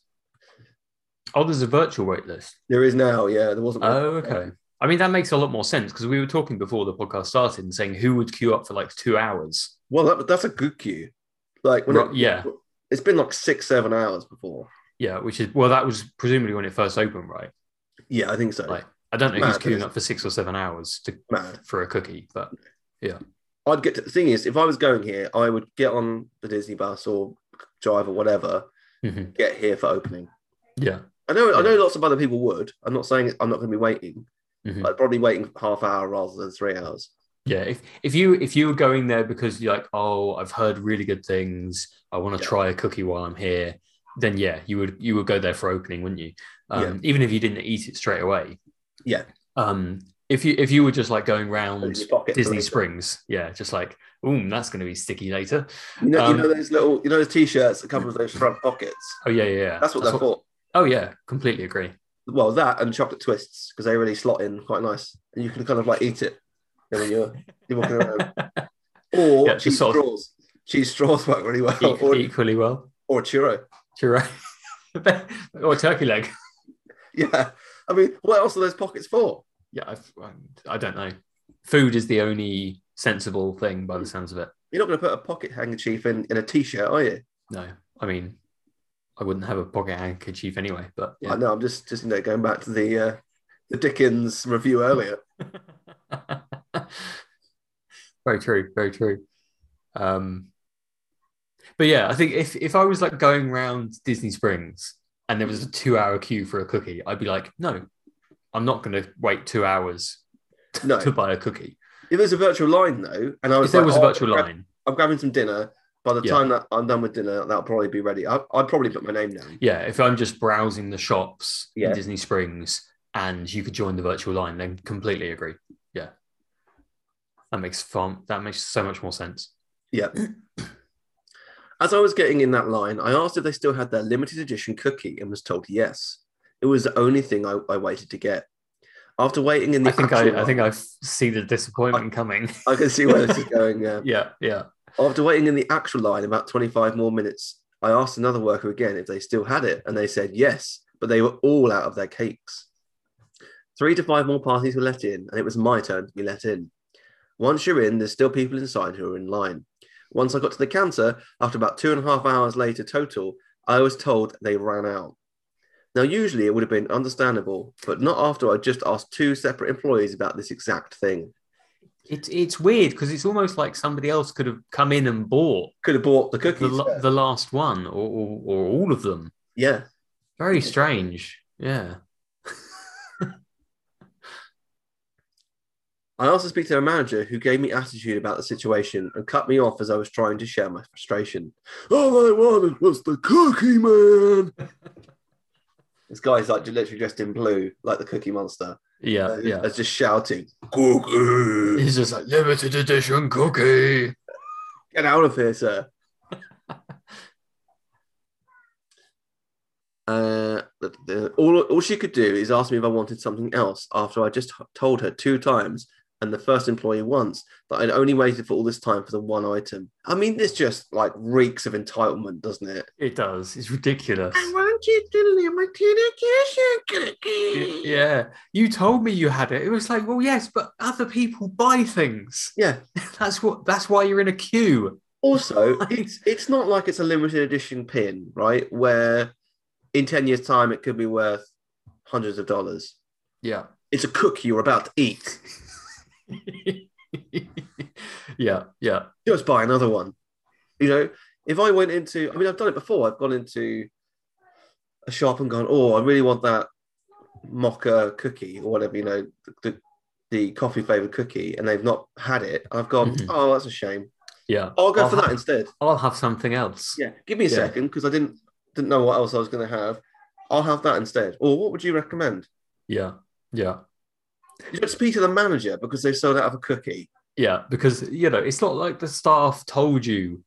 Oh, there's a virtual wait list. There is now, yeah, there wasn't. Oh, okay. I mean, that makes a lot more sense because we were talking before the podcast started and saying who would queue up for like two hours. Well, that, that's a good cue. Like, when Right, it, yeah, it's been like six, seven hours before. yeah, which is, well, that was presumably when it first opened, right? Yeah, I think so. Like, I don't know Mad, who's but it's- queuing up for six or seven hours to, Mad. for a cookie, but I'd get to, the thing is, if I was going here, I would get on the Disney bus or drive or whatever, Mhm. get here for opening. yeah, I know, I know, lots of other people would. I'm not saying I'm not going to be waiting. Mhm. I'd probably waiting half hour rather than three hours. yeah. If if you if you were going there because you're like, oh, I've heard really good things, I want to Yeah. try a cookie while I'm here, then yeah, you would you would go there for opening, wouldn't you? Um, Even if you didn't eat it straight away. Yeah. Um, if you if you were just like going round In your pocket for Disney later. Springs, yeah, just like, oh, that's going to be sticky later. You know, Um, you know those little, you know those t-shirts that come with those front pockets. Oh yeah, yeah, yeah. That's what they're for. Oh yeah, completely *laughs* agree. Well, that and chocolate twists because they really slot in quite nice, and you can kind of like eat it you know, when you're you're walking *laughs* around. Or Yeah, just cheese sort of- straws. Cheese straws work really well. E- or, equally well, or a churro. churro *laughs* or turkey leg. *laughs* Yeah. I mean, what else are those pockets for? yeah, I've, I don't know. Food is the only sensible thing by the Mm. sounds of it. You're not going to put a pocket handkerchief in in a t-shirt, are you? No, I mean, I wouldn't have a pocket handkerchief anyway, but I yeah. know. I'm just just you know going back to the uh, the Dickens review earlier. *laughs* very true, very true. Um, but yeah, I think if, if I was like going round Disney Springs and there was a two hour queue for a cookie, I'd be like, no, I'm not going to wait two hours No, *laughs* to buy a cookie. If there's a virtual line though, and I was If there like, was a oh, virtual I'm grab- line, I'm grabbing some dinner. By the Yeah. time that I'm done with dinner, that'll probably be ready. I, I'd probably put my name down. yeah, if I'm just browsing the shops Yeah. in Disney Springs and you could join the virtual line, then completely agree. Yeah. That makes fun. That makes so much more sense. Yeah. As I was getting in that line, I asked if they still had their limited edition cookie and was told yes. It was the only thing I, I waited to get. After waiting in the I think actual I, I think I see the disappointment coming. *laughs* I can see where this is going. Yeah. yeah, yeah. After waiting in the actual line about 25 more minutes, I asked another worker again if they still had it, and they said yes, but they were all out of their cakes. Three to five more parties were let in, and it was my turn to be let in. Once you're in, there's still people inside who are in line. Once I got to the counter, after about two and a half hours later total, I was told they ran out. Now, usually it would have been understandable, but not after I just asked two separate employees about this exact thing. It's it's weird because it's almost like somebody else could have come in and bought Could have bought the the, cookies. la- yeah. the last one or, or or all of them. yeah. Very strange. Yeah. I also speak to a manager who gave me attitude about the situation and cut me off as I was trying to share my frustration. All I wanted was the cookie man. *laughs* this guy's like literally dressed in blue, like the cookie monster. Yeah. Uh, Yeah. It's just shouting, Cookie, It's just like limited edition cookie. get out of here, sir. *laughs* Uh, the- the- all, all she could do is ask me if I wanted something else after I just told her two times and the first employee once that I'd only waited for all this time for the one item. I mean, this just like reeks of entitlement, doesn't it? It does. It's ridiculous. want you to limit Y- Yeah. You told me you had it. It was like, well, yes, but other people buy things. *laughs* Yeah. That's what that's why you're in a queue. *laughs* *laughs* Also, it's it's not like it's a limited edition pin, right? Where in ten years' time it could be worth hundreds of dollars. Yeah. *laughs* It's a cookie you're about to eat. yeah. Yeah. Just buy another one. You know, if I went into, I mean, I've done it before. I've gone into a shop and gone, oh, I really want that mocha cookie or whatever, you know, the the coffee flavored cookie, and they've not had it. I've gone, Mhm. oh, that's a shame. Yeah. I'll go for ha- that instead. I'll have something else. Yeah, give me a Yeah. second because I didn't didn't know what else I was going to have. I'll have that instead. Or what would you recommend? Yeah. Yeah. You don't speak to the manager because they've sold out of a cookie. Yeah, because you know, it's not like the staff told you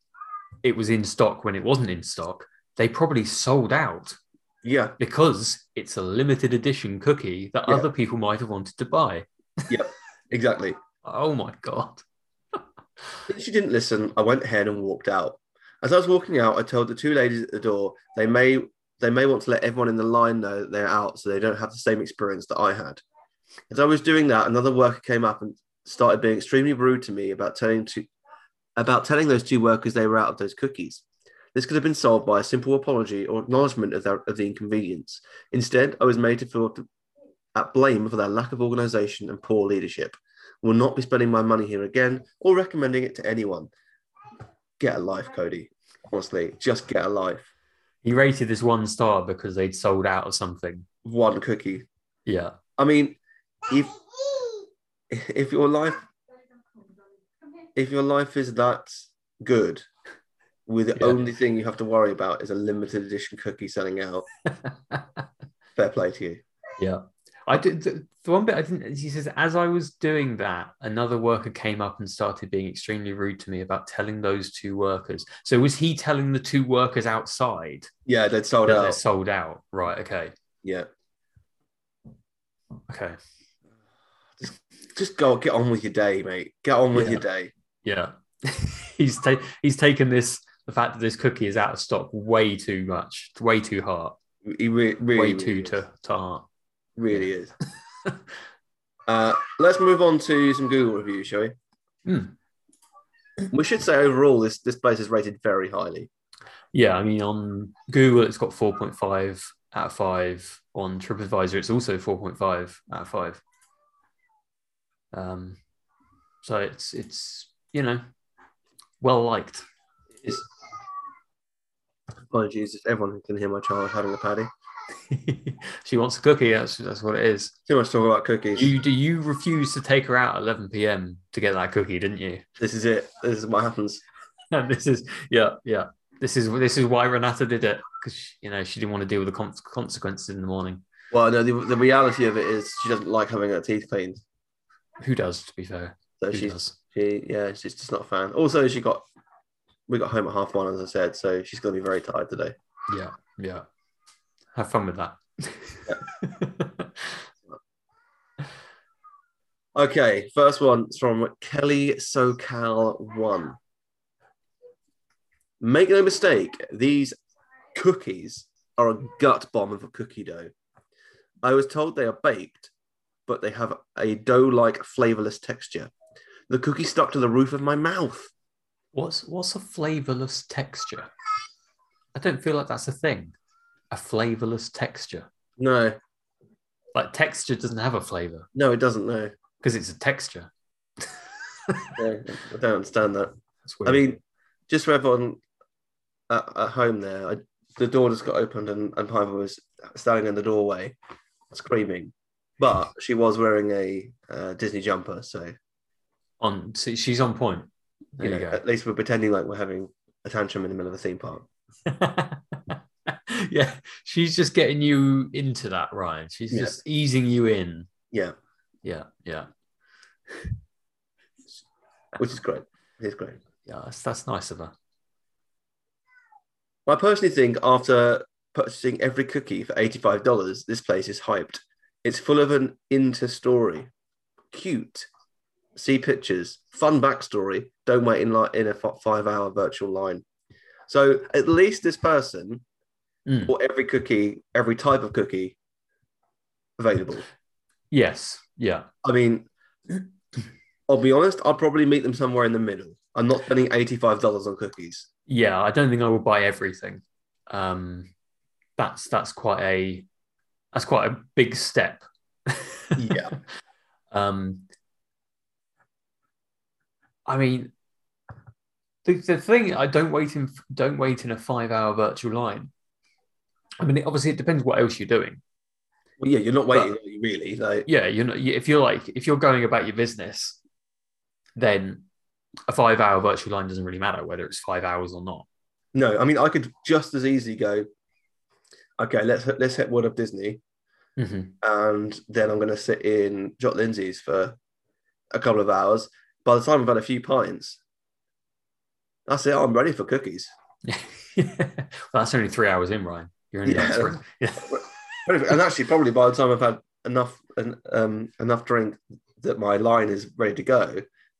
it was in stock when it wasn't in stock. They probably sold out Yeah, because it's a limited edition cookie that Yeah. other people might have wanted to buy. exactly. Oh my god. Since she didn't listen, I went ahead and walked out. As I was walking out, I told the two ladies at the door they may they may want to let everyone in the line know that they're out so they don't have the same experience that I had. As I was doing that, another worker came up and started being extremely rude to me about telling to about telling those two workers they were out of those cookies. This could have been solved by a simple apology or acknowledgement of, their, of the inconvenience. Instead, I was made to feel at blame for their lack of organisation and poor leadership will not be spending my money here again or recommending it to anyone. Get a life, Cody. Honestly, just get a life. He rated this one star because they'd sold out of something. One cookie. Yeah. *laughs* I mean, if if your life if your life is that good, where the Yeah. only thing you have to worry about is a limited edition cookie selling out, fair play to you. I did the, the one bit I didn't he says as I was doing that, another worker came up and started being extremely rude to me about telling those two workers. So was he telling the two workers outside Yeah, they'd sold that they're out. sold out? Right, okay. Yeah. Okay. Just go get on with your day, mate. Get on with Yeah. your day. Yeah. *laughs* he's ta- he's taken this the fact that this cookie is out of stock way too much, way too hard, He re- really, way really too is. to, to heart. really is. uh, let's move on to some Google reviews, shall we? Hmm. We should say overall, this this place is rated very highly. Yeah, I mean on Google it's got 4.5 out of 5 on TripAdvisor it's also 4.5 out of 5. Um so it's it's you know well liked. It's, apologies, it's everyone who can hear my child having a paddy. *laughs* she wants a cookie. That's that's what it is. Too much talk about cookies. You do you refuse to take her out at 11 p.m. to get that cookie, didn't you? *laughs* This is it. This is what happens. And this is yeah yeah. This is this is why Renata did it because you know she didn't want to deal with the con- consequences in the morning. Well, no, the, the reality of it is she doesn't like having her teeth cleaned. Who does? To be fair, So who she's does? she yeah, she's just not a fan. Also, she got we got home at half one, as I said, so she's gonna be very tired today. Yeah yeah. Have fun with *laughs* that. Okay, first one's from Kelly SoCal One. Make no mistake, these cookies are a gut bomb of a cookie dough. I was told they are baked, but they have a dough-like flavorless texture. The cookie stuck to the roof of my mouth. what's what's a flavorless texture? I don't feel like that's a thing. A flavorless texture. No, Like texture doesn't have a flavor no, it doesn't. No, because it's a texture. no I don't understand that. That's weird. I mean, just for everyone at, at home there, I, the door just got opened and, and Piper was standing in the doorway screaming. But she was wearing a uh, Disney jumper, so on see, she's on point. There you you, know, at least we're pretending like we're having a tantrum in the middle of a theme park. uh, go. *laughs* yeah, she's just getting you into that, Ryan. She's Yeah. just easing you in. Yeah, Yeah, yeah, which is great. It's great. yeah. That's, that's nice of her. I personally think after purchasing every cookie for $85, this place is hyped. It's full of an inter story. Cute. See pictures. Fun backstory. Don't wait in, li- in a five hour virtual line. So at least this person Mm. bought every cookie, every type of cookie available. Yes, yeah. I mean, I'll be honest, I'll probably meet them somewhere in the middle. I'm not spending $85 on cookies. yeah i don't think i will buy everything um that's that's quite a that's quite a big step *laughs* Yeah. um i mean the, the thing i don't wait in don't wait in a five hour virtual line i mean it, obviously it depends what else you're doing Well, yeah, you're not waiting, are you, really. Like, yeah you're not if you're like if you're going about your business then a five hour virtual line doesn't really matter whether it's five hours or not No, I mean I could just as easily go. Okay, let's hit- let's hit World of Disney, Mhm. and then I'm going to sit in Jot Lindsay's for a couple of hours. By the time I've had a few pints, that's it. I'm ready for cookies. *laughs* well, that's only three hours in, Ryan. You're only Yeah. yeah. three. Yeah. Ready for- and actually, probably by the time I've had enough and um, enough drink that my line is ready to go,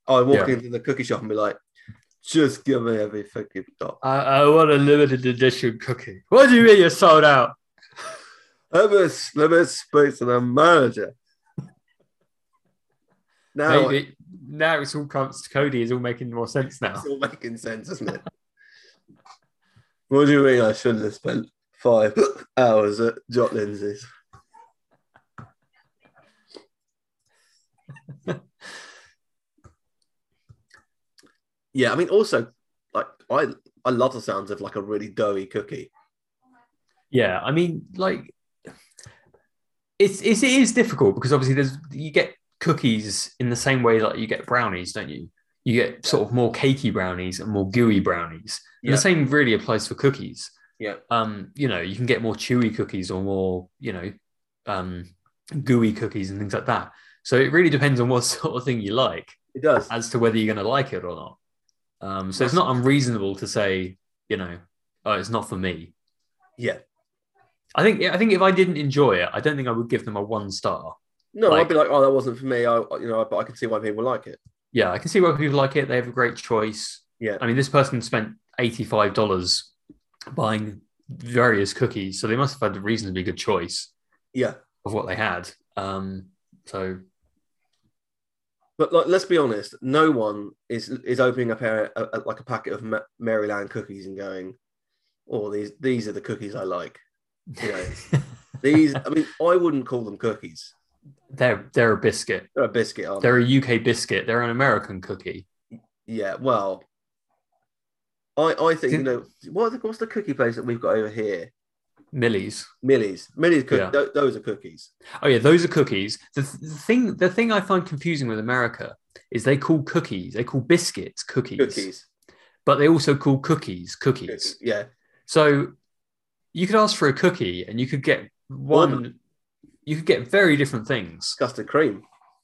I walk Yeah. into the cookie shop and be like, "Just give me every fucking top. I, I want a limited edition cookie. What do you mean you're sold out? Let me let me speak to the manager." Now Maybe now it's all comes to Cody. It's all making more sense now. It's all making sense, isn't it? what do you mean I shouldn't have spent five *laughs* hours at Jot Lindsay's? *laughs* yeah, I mean, also, like, I I love the sounds of like a really doughy cookie. Yeah, I mean, like, it's, it's it is difficult because obviously there's you get cookies in the same way that you get brownies, don't you? You get sort of more cakey brownies and more gooey brownies. And Yeah. the same really applies for cookies. Yeah. um, you know, you can get more chewy cookies or more, you know, um, gooey cookies and things like that. So it really depends on what *laughs* sort of thing you like It does. as to whether you're going to like it or not. Um, so it's not unreasonable to say, you know, oh, it's not for me. Yeah. I think I think if I didn't enjoy it, I don't think I would give them a one star. No, I'd Like- be like, oh, that wasn't for me. I, you know, but I can see why people like it. Yeah, I can see why people like it. They have a great choice. Yeah. I mean, this person spent eighty five dollars buying various cookies, so they must have had a reasonably good choice. Yeah. of what they had. Um, so But like, let's be honest, no one is is opening up a, a, like a packet of Ma- Maryland cookies and going, "Oh, these these are the cookies I like." You know, these. I mean, I wouldn't call them cookies. *laughs* they're they're a biscuit. They're a biscuit, aren't they? They're a UK biscuit. They're an American cookie. Yeah. Well, I I think you Did- know what what's the cookie place that we've got over here? Millie's. Millie's, Millie's cook- Yeah. tho- those are cookies. Oh yeah, those are cookies. The, th- the thing, the thing I find confusing with America is they call cookies, they call biscuits cookies, Cookies. but they also call cookies cookies. cookies. Yeah. So you could ask for a cookie, and you could get one. You could get very different things. Custard cream.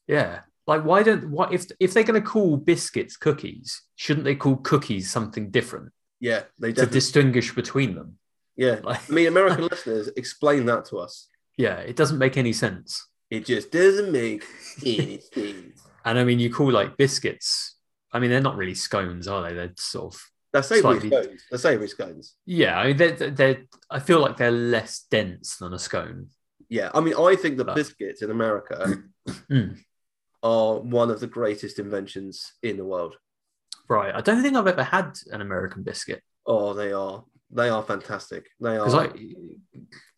Yeah. Like why don't why if if they're going to call biscuits cookies, shouldn't they call cookies something different Yeah. They to definitely. distinguish between them? yeah. Like, I mean, American listeners, explain that to us. yeah, it doesn't make any sense. It just doesn't make *laughs* any sense. And I mean, you call like biscuits. I mean, they're not really scones, are they? They're sort of They're savory Slightly- scones. They're savory scones. yeah. I mean, they're, they're, they're I feel like they're less dense than a scone. Yeah. I mean, I think the But- biscuits in America *clears throat* Mm. are one of the greatest inventions in the world. Right. I don't think I've ever had an American biscuit Oh, they are. They are fantastic. They because are I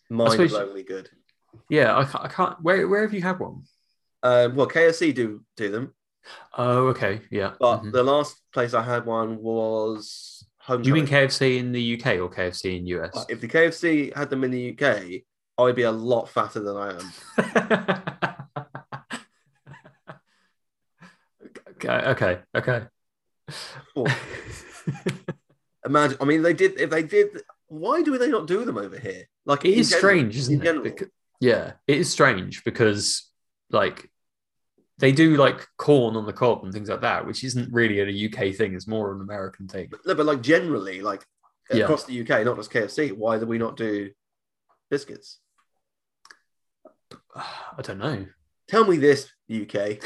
mind blowingly good. yeah I, ca- I can't. Where where have you had one? Um, well, KFC do do them, Oh, okay. Yeah. but Mhm. the last place I had one was home. Do you mean KFC in the UK or KFC in US? if the KFC had them in the UK, I'd be a lot fatter than I am. *laughs* okay, okay, okay. *laughs* Or imagine. I mean, they did. If they did, why do they not do them over here? Like it in is general- strange, isn't in it? general. Becau- yeah, it is strange because, like, they do like corn on the cob and things like that, which isn't really a UK thing; it's more an American thing. No, but like generally, like Yeah. across the UK, not just KFC. Why do we not do biscuits? *sighs* I don't know. *laughs* Tell me this, UK.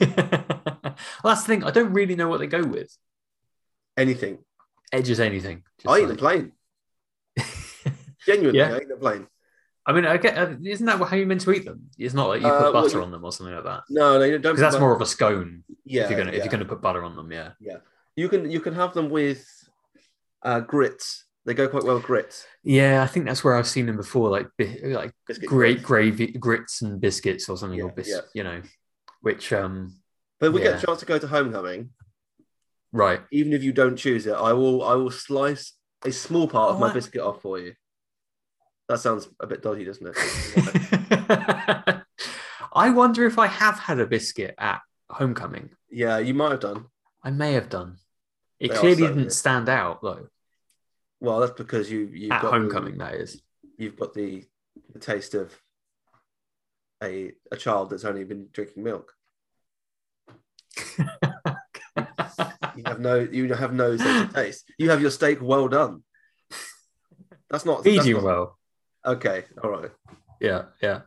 well, that's the thing. I don't really know what they go with. Anything. Edges anything. Just I eat them like- *laughs* plain. Genuinely, Yeah. I eat them plain. I mean, I get. uh, Isn't that how you're meant to eat them? It's not like you Uh, put well, butter you- on them or something like that. No, they don't. Because that's more of a scone. Yeah, if you're gonna if yeah. you're gonna put butter on them, yeah. You can you can have them with uh, grits. They go quite well with grits. Yeah, I think that's where I've seen them before, like bi- like Biscuit great grits. gravy grits and biscuits or something, or Yeah, bis- yeah. you know, which um But we get yeah. a chance to go to homecoming. right. Even if you don't choose it, I will I will slice a small part of Oh, my I- biscuit off for you. That sounds a bit dodgy, doesn't *laughs* it? I wonder if I have had a biscuit at homecoming. yeah, you might have done. I may have done. It They are clearly so didn't good. stand out though Well, that's because you you've at got homecoming. That is. The, you've got the, the taste of a a child that's only been drinking *laughs* milk. You have no you have no sense of taste. You have your steak well done. That's not Feed that's you not- well. Okay, all right. Yeah, yeah.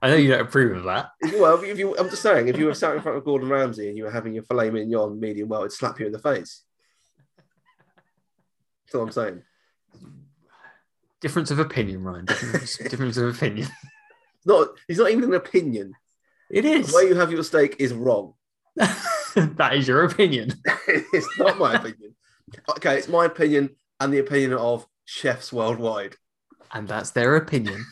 I know you don't approve of that. Well, if you, I'm just saying, if you were sat in front of Gordon Ramsay and you were having your filet mignon medium well, it'd slap you in the face. That's all I'm saying. Difference of opinion, Ryan. *laughs* Difference, difference of opinion. It's Not, it's not even an opinion. It The is. way you have your steak is wrong. *laughs* that is your opinion. *laughs* it's not my opinion. Okay, it's my opinion and the opinion of chefs worldwide. *laughs* And that's their opinion.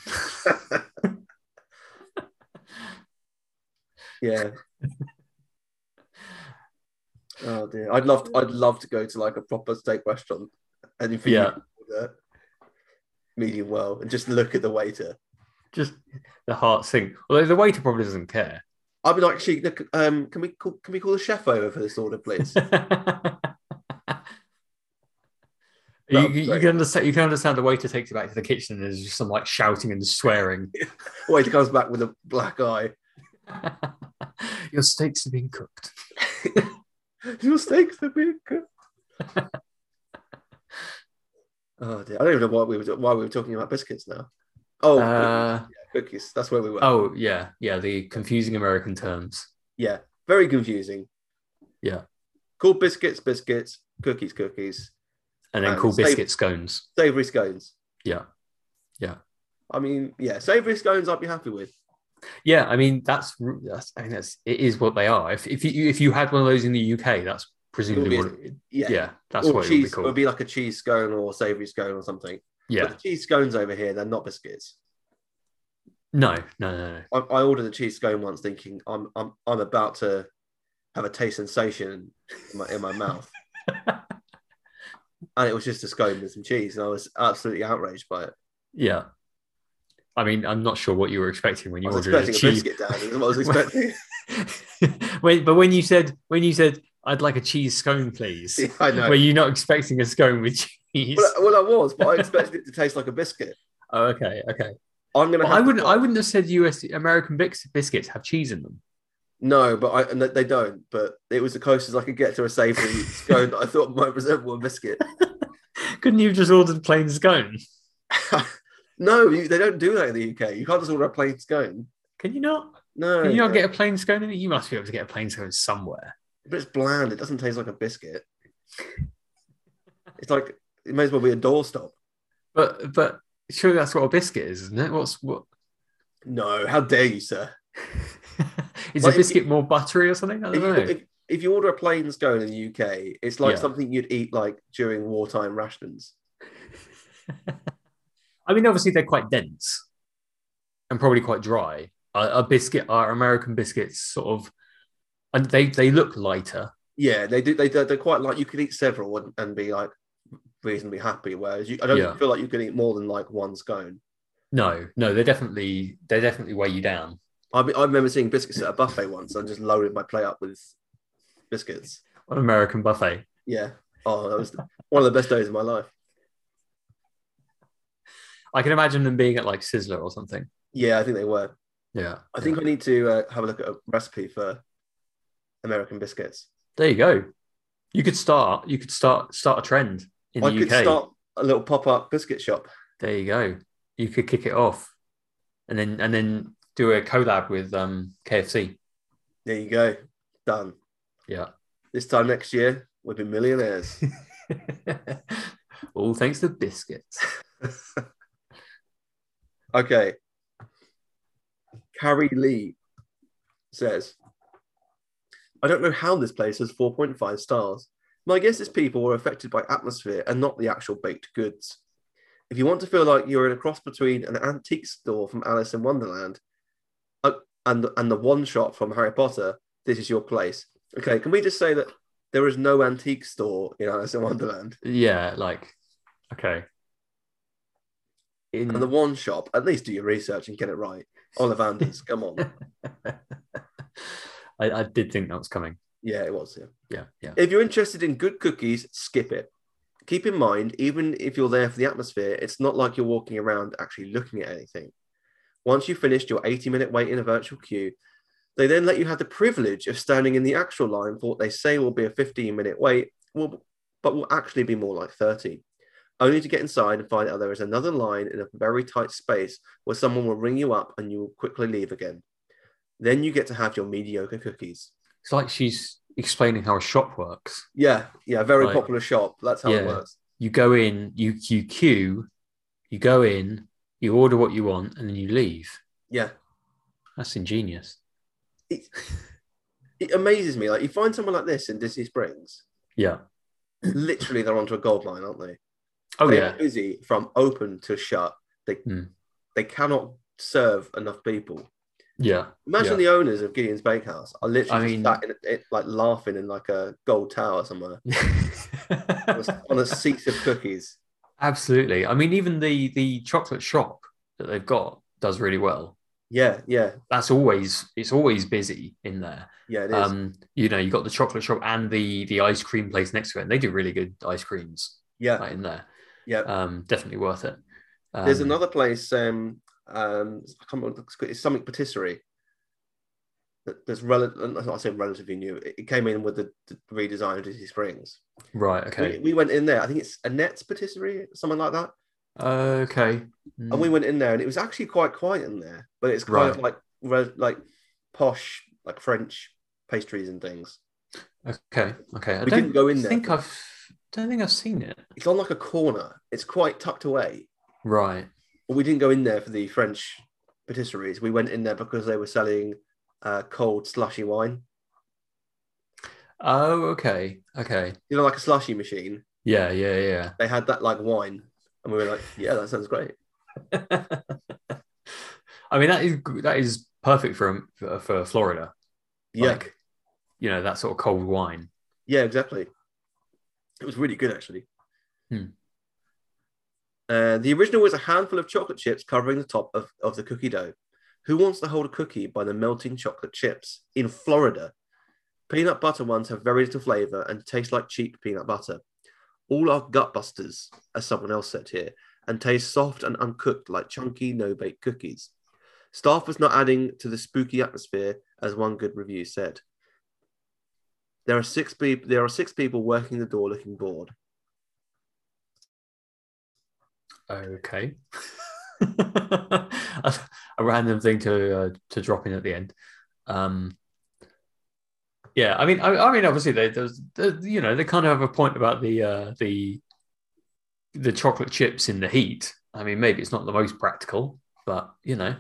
Yeah. Oh dear, I'd love, I'd love to go to like a proper steak restaurant and if you Yeah. order medium well and just look at the waiter. Just the heart sink. Although the waiter probably doesn't care. I'd be like, actually, look, um, can we call, can we call the chef over for this order, please? *laughs* You, That'd be you- you great. can understand. You can understand the waiter takes you back to the kitchen, and there's just some like shouting and swearing. waiter comes back with a black eye. *laughs* Your steaks have been cooked. *laughs* Your steaks are being cooked. *laughs* oh dear, I don't even know why we were ta- why we were talking about biscuits now. Oh, Uh, cookies. cookies. That's where we were. oh yeah, yeah. The confusing American terms. Yeah, very confusing. Yeah. Call biscuits biscuits, cookies cookies, and then Um, call save- biscuit scones. savory scones. Yeah. Yeah. I mean, yeah, savory scones I'd be happy with. Yeah, I mean that's that's I mean that's it is what they are. If if you if you had one of those in the UK, that's presumably It what would it, Yeah. yeah, that's or what cheese, it would be called. be like a cheese scone or savory scone or something. yeah, But the cheese scones over here, they're not biscuits. no, no, no, no. I, I ordered a cheese scone once, thinking I'm I'm I'm about to have a taste sensation in my, in my mouth, *laughs* and it was just a scone with some cheese, and I was absolutely outraged by it. Yeah, I mean, I'm not sure what you were expecting when I you was ordered a expecting a cheese. biscuit, Dan. That's what *laughs* I was expecting. *laughs* Wait, but when you said when you said I'd like a cheese scone, please, Yeah, I know. were you not expecting a scone with cheese? Well, uh, I- well, I was, but I expected it to taste like a biscuit. oh, okay, okay. I'm gonna. Well, have I to wouldn't. try- I wouldn't have said U.S. American bis- biscuits have cheese in them. No, but I and they don't. But it was the closest I could get to a savoury scone that I thought might resemble a biscuit. *laughs* Couldn't you have just ordered plain scone? no, you, they don't do that in the UK. You can't just order a plain scone. Can you not? No, Can you not no. get a plain scone in it? You must be able to get a plain scone somewhere. But it's bland. It doesn't taste like a biscuit. It's like it may as well be a doorstop. But but surely that's what a biscuit is, isn't it? What's what? *laughs* No, how dare you, sir? is Like, a if- biscuit more buttery or something? I If don't you, know. if, if you order a plain scone in the UK, it's like Yeah. something you'd eat like during wartime rations. I mean, obviously they're quite dense and probably quite dry. Are, are biscuit are American biscuits sort of, and they they look lighter. Yeah, they do. They do- they're quite like you could eat several and, and be like reasonably happy. Whereas you, I don't Yeah. feel like you can eat more than like one scone. No, no, they definitely they definitely weigh you down. I, be- I remember seeing biscuits at a buffet once and just loaded my plate up with biscuits. An American buffet. Yeah. Oh, that was one of the best days of my life. I can imagine them being at like Sizzler or something. Yeah, I think they were. Yeah, I think I need to uh, have a look at a recipe for American biscuits. there you go. You could start. You could start start a trend in I the could UK. start a little pop up biscuit shop. There you go. You could kick it off, and then and then do a collab with um KFC. There you go. Done. Yeah. This time next year, we'll be millionaires. *laughs* All thanks to biscuits. okay. Carrie Lee says, I don't know how this place has 4.5 stars. My guess is people were affected by atmosphere and not the actual baked goods. If you want to feel like you're in a cross between an antique store from Alice in Wonderland uh, and, and the one shop from Harry Potter, this is your place. Okay, can we just say that there is no antique store in Alice in Wonderland? Yeah, like okay. In And the one shop, at least do your research and get it right. Ollivanders, come on. *laughs* I, I did think that was coming. Yeah, it was. Yeah. Yeah, yeah. If you're interested in good cookies, skip it. Keep in mind, even if you're there for the atmosphere, it's not like you're walking around actually looking at anything. Once you've finished your 80 minute wait in a virtual queue, they then let you have the privilege of standing in the actual line for what they say will be a 15 minute wait, will- but will actually be more like 30. Only to get inside and find out there is another line in a very tight space where someone will ring you up and you will quickly leave again. Then you get to have your mediocre cookies. It's like she's explaining how a shop works. Yeah, yeah, very Right. popular shop. That's how Yeah. it works. You go in, you you queue, you go in, you order what you want, and then you leave. Yeah, That's ingenious. it amazes me. Like you find someone like this in Disney Springs, Yeah. literally they're onto a gold mine, aren't they? Oh They're yeah. busy from open to shut. They Hmm. they cannot serve enough people. Yeah. Imagine Yeah. the owners of Gideon's Bakehouse are literally I just mean- sat in, it, like laughing in like a gold tower somewhere on *laughs* a- on a seat of cookies. Absolutely. I mean, even the the chocolate shop that they've got does really well. Yeah, yeah, That's always it's always busy in there. yeah. It is. *laughs* Um, you know, you got the chocolate shop and the the ice cream place next to it, and they do really good ice creams yeah, right in there. yeah. Um, definitely worth it. Um, There's another place. Um, um, I can't remember. It's, it's something patisserie. That, that's relative. I say relatively new. It, it came in with the, the redesign of Disney Springs. right. We- Okay. We, went in there. I think it's Annette's patisserie, something like that. okay. And we Mm. went in there, and it was actually quite quiet in there. But it's kind of like re- like posh, like French pastries and things. Mm, okay. Okay. I we didn't don't go in there. think I've don't think I've seen it. It's on like a corner. It's quite tucked away. Right. But we didn't go in there for the French patisseries. We went in there because they were selling uh, cold slushy wine. Oh, okay. Okay. you know, like a slushy machine. Yeah. Yeah. Yeah. *laughs* They had that like wine, and we were like, yeah, that sounds great. I mean, that is that is perfect for for Florida. Yeah, Like, you know that sort of cold wine. yeah, exactly. It was really good actually. Hmm. Uh, the original was a handful of chocolate chips covering the top of, of the cookie dough. Who wants to hold a cookie by the melting chocolate chips in Florida? Peanut butter ones have very little flavor and taste like cheap peanut butter. All are gut busters, as someone else said here, and taste soft and uncooked like chunky no bake cookies. Staff was not adding to the spooky atmosphere, as one good review said. There are six people. There are six people working the door, looking bored. Okay. *laughs* a random thing to uh, to drop in at the end. Um, yeah, I mean, I, I mean, obviously, they, there's, there's, you know, they kind of have a point about the uh, the the chocolate chips in the heat. I mean, maybe it's not the most practical, but you know,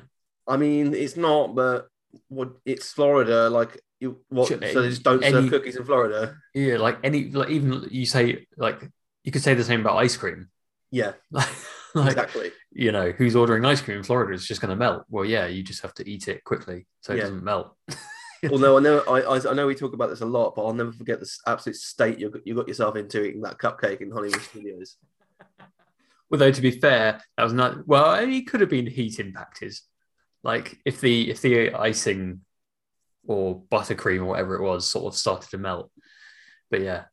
I mean, it's not, but what? It's Florida. Like, you, what? So Sure, they just don't serve any- cookies in Florida. yeah, like any, like even you say, like you could say the same about ice cream. *laughs* Yeah, like, exactly. you know, who's ordering ice cream in Florida is just going to melt. Well, yeah, you just have to eat it quickly so it Yeah. doesn't melt. Although I know I, I I know we talk about this a lot, but I'll never forget this absolute state you got, you got yourself into eating that cupcake in Hollywood Studios. Although to be fair, that was not well. It could have been heat impacted. Like if the if the icing or buttercream or whatever it was sort of started to melt. But yeah,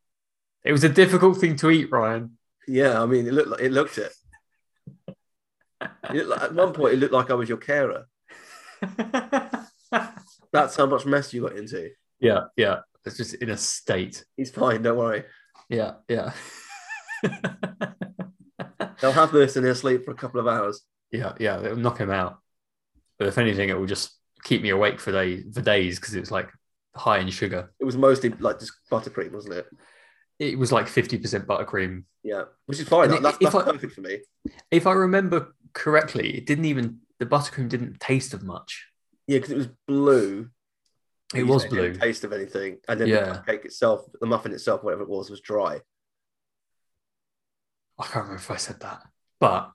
it was a difficult thing to eat, Ryan. Yeah, I mean, it looked like it looked it. It looked like- at one point, it looked like I was your carer. That's how much mess you got into. yeah, yeah. It's just in a state. He's fine, don't worry. Yeah, yeah. They'll have this in their sleep for a couple of hours. Yeah, yeah, it'll knock him out. But if anything, it will just keep me awake for days for days because it's like high in sugar. It was mostly like just buttercream, wasn't it? It was like fifty percent buttercream. Yeah, which is fine. And That- That's, if that's I- perfect for me. If I remember correctly, it didn't even the buttercream didn't taste of much. Yeah, because it was blue. It You was said didn't blue. Taste of anything, and then Yeah. the cupcake itself, the muffin itself, whatever it was, was dry. I can't remember if I said that, but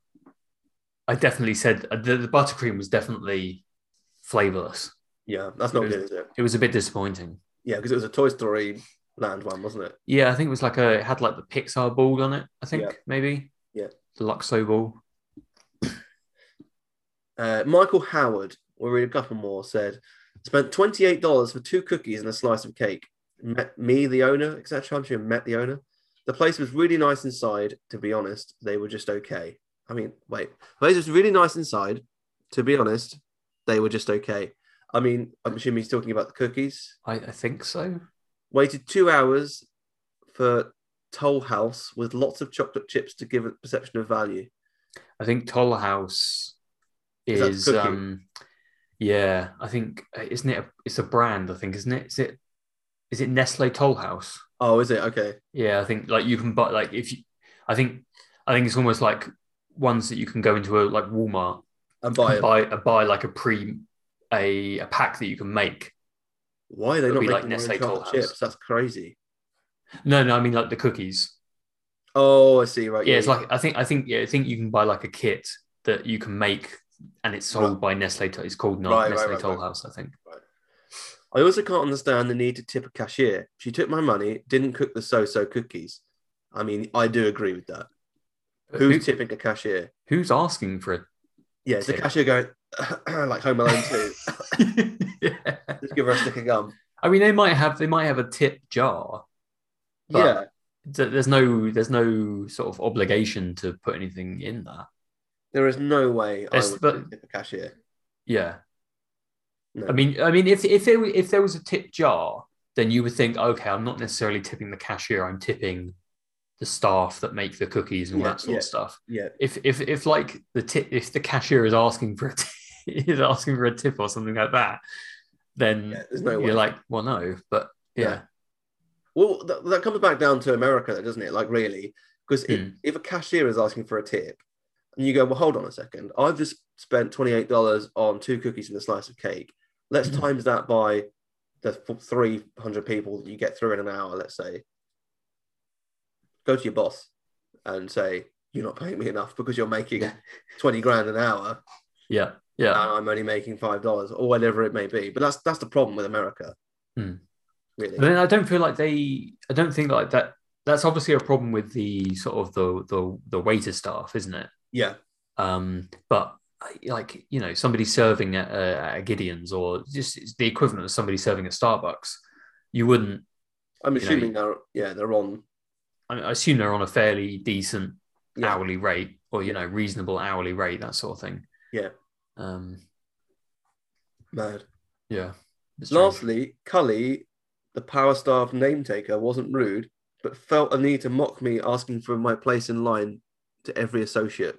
I definitely said uh, the, the buttercream was definitely flavorless. Yeah, that's not It was- good, is it? It was a bit disappointing. Yeah, because it was a Toy Story Land one, wasn't it? Yeah, I think it was like a it had like the Pixar ball on it. I think Yeah. maybe Yeah. the Luxo ball. Uh, Michael Howard, we'll read a couple more, said, spent $28 for two cookies and a slice of cake. Met me, the owner, etc. I'm sure you met the owner. The place was really nice inside, to be honest. They were just okay. I mean, wait. The place was really nice inside, to be honest. They were just okay. I mean, I'm assuming he's talking about the cookies. I, I think so. Waited two hours for Toll House with lots of chocolate chips to give it perception of value. I think Toll House Is that is, cookie? um, yeah. I think uh, isn't it? A, it's a brand, I think, isn't it? Is it? Is it Nestle Toll House? Oh, is it? Okay. Yeah, I think like you can buy like if you, I think, I think it's almost like ones that you can go into a like Walmart And buy and it. buy a buy like a pre a a pack that you can make. Why are they It'll not be making like their own Nestle chocolate Toll House. chips? That's crazy. No, no, I mean like the cookies. Oh, I see. Right. Yeah, it's like I think I think yeah, I think you can buy like a kit that you can make, and it's sold by Nestle. Toll- It's called Right, right, Nestle right, Toll right. House, I think. I also can't understand the need to tip a cashier. She took my money, didn't cook the so-so cookies. I mean, I do agree with that. Who's Who- tipping a cashier? who's asking for *laughs* it? Yeah, it's the Tip. cashier going *clears throat* like Home Alone too. *laughs* yeah. Just give her a stick of gum. I mean, they might have they might have a tip jar. *laughs* But- yeah, Th- There's no there's no sort of obligation to put anything in that. there is no way I It's would the- tip a cashier. Yeah. No. I mean, I mean, if if there if there was a tip jar, then you would think, okay, I'm not necessarily tipping the cashier. I'm tipping the staff that make the cookies and all Yeah, that sort of stuff. Yeah, If if if like the tip if the cashier is asking for a t- *laughs* is asking for a tip or something like that, then yeah, there's no way. you're like, well, no, but yeah. well, that, that comes back down to America, though, doesn't it? Like, really, because Hmm. if a cashier is asking for a tip, and you go, well, hold on a second, I've just spent twenty eight dollars on two cookies and a slice of cake. Let's Mhm. times that by the three hundred people that you get through in an hour. Let's say, go to your boss and say you're not paying me enough because you're making Yeah. *laughs* twenty grand an hour Yeah. Yeah. and I'm only making five dollars or whatever it may be. But that's that's the problem with America, Hmm. really. But then I don't feel like they. I don't think like that. That's obviously a problem with the sort of the the the waiter staff, isn't it? Yeah. um, but I- like you know somebody serving at, uh, at a Gideon's or just it's the equivalent of somebody serving at Starbucks, you wouldn't. I'm You know, assuming they're yeah they're on I, mean, I assume they're on a fairly decent yeah. hourly rate or you know reasonable hourly rate that sort of thing. Yeah. Um. mad. Yeah. It's strange. Lastly, Cully, the power staff name taker, wasn't rude, but felt a need to mock me asking for my place in line to every associate.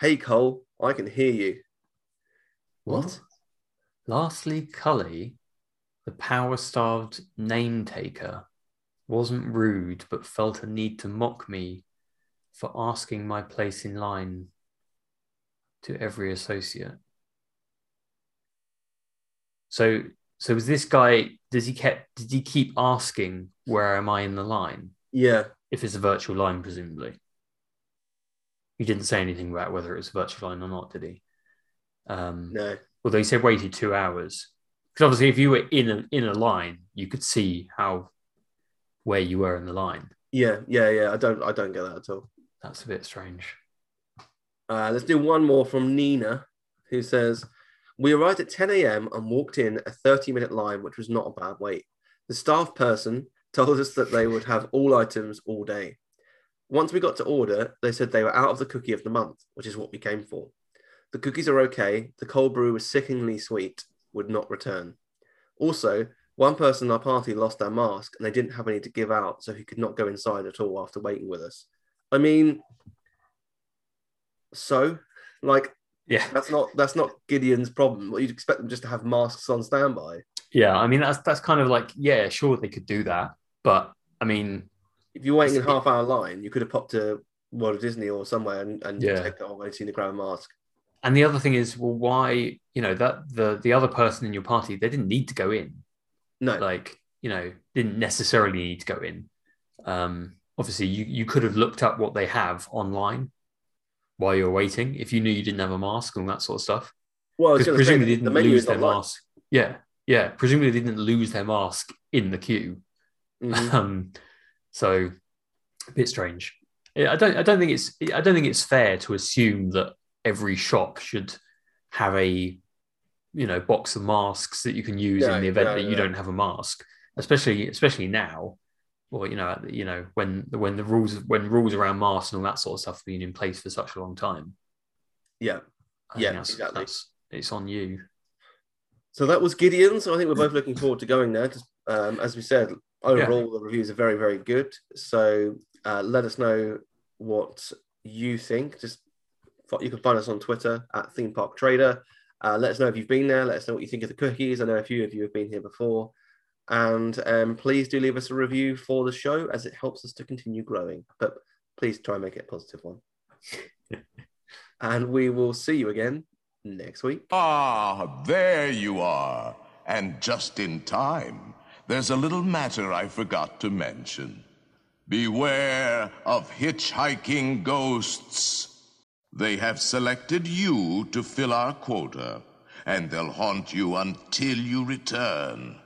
Hey Cole, I can hear you. What? Lastly, Cully, the power starved name taker, wasn't rude but felt a need to mock me for asking my place in line to every associate. So so is this guy does he kept did he keep asking where am I in the line? Yeah, If it's a virtual line, presumably. He didn't say anything about whether it was a virtual line or not, did he? Um no. although he said waited two hours because obviously if you were in a, in a line you could see how where you were in the line Yeah, yeah, yeah. I don't I don't get that at all. that's a bit strange Uh, let's do one more from Nina, who says, We arrived at 10 a.m. and walked in a 30 minute line, which was not a bad wait. The staff person told us that they would have all items all day. Once we got to order, they said they were out of the cookie of the month, which is what we came for. The cookies are okay. The cold brew was sickeningly sweet, would not return. Also, one person in our party lost their mask and they didn't have any to give out, so he could not go inside at all after waiting with us. I mean, so like yeah that's not that's not Gideon's problem. Well, you'd expect them just to have masks on standby. yeah i mean that's that's kind of like yeah sure they could do that but i mean If you're waiting in half hour line, you could have popped to World of Disney or somewhere and, and Yeah. checked oh, I've seen the ground mask. and the other thing is well why you know that the the other person in your party they didn't need to go in No, like you know didn't necessarily need to go in um obviously you you could have looked up what they have online while you're waiting if you knew you didn't have a mask and that sort of stuff well, I was because gonna say, presumably they the didn't menu lose is their online. mask. Yeah, yeah. Presumably they didn't lose their mask in the queue. Mhm. *laughs* Um, so a bit strange. Yeah, I don't. I don't think it's. I don't think it's fair to assume that every shop should have a, you know, box of masks that you can use No, in the event no, that you no. don't have a mask, especially especially now. Or you know, at the- you know when when the rules when rules around masks and all that sort of stuff have been in place for such a long time. Yeah. I think Yeah, that's- exactly. that's- it's on you. So that was Gideon. So I think we're both looking forward to going there. 'cause, um, as we said, overall the reviews are very, very good. So uh, let us know what you think. Just fo- you can find us on Twitter at Theme Park Trader. Uh, let us know if you've been there. Let us know what you think of the cookies. I know a few of you have been here before. And um, please do leave us a review for the show as it helps us to continue growing. But please try and make it a positive one. and we will see you again next week. Ah, there you are. And just in time. There's a little matter I forgot to mention. Beware of hitchhiking ghosts. They have selected you to fill our quota, and they'll haunt you *laughs* until you return.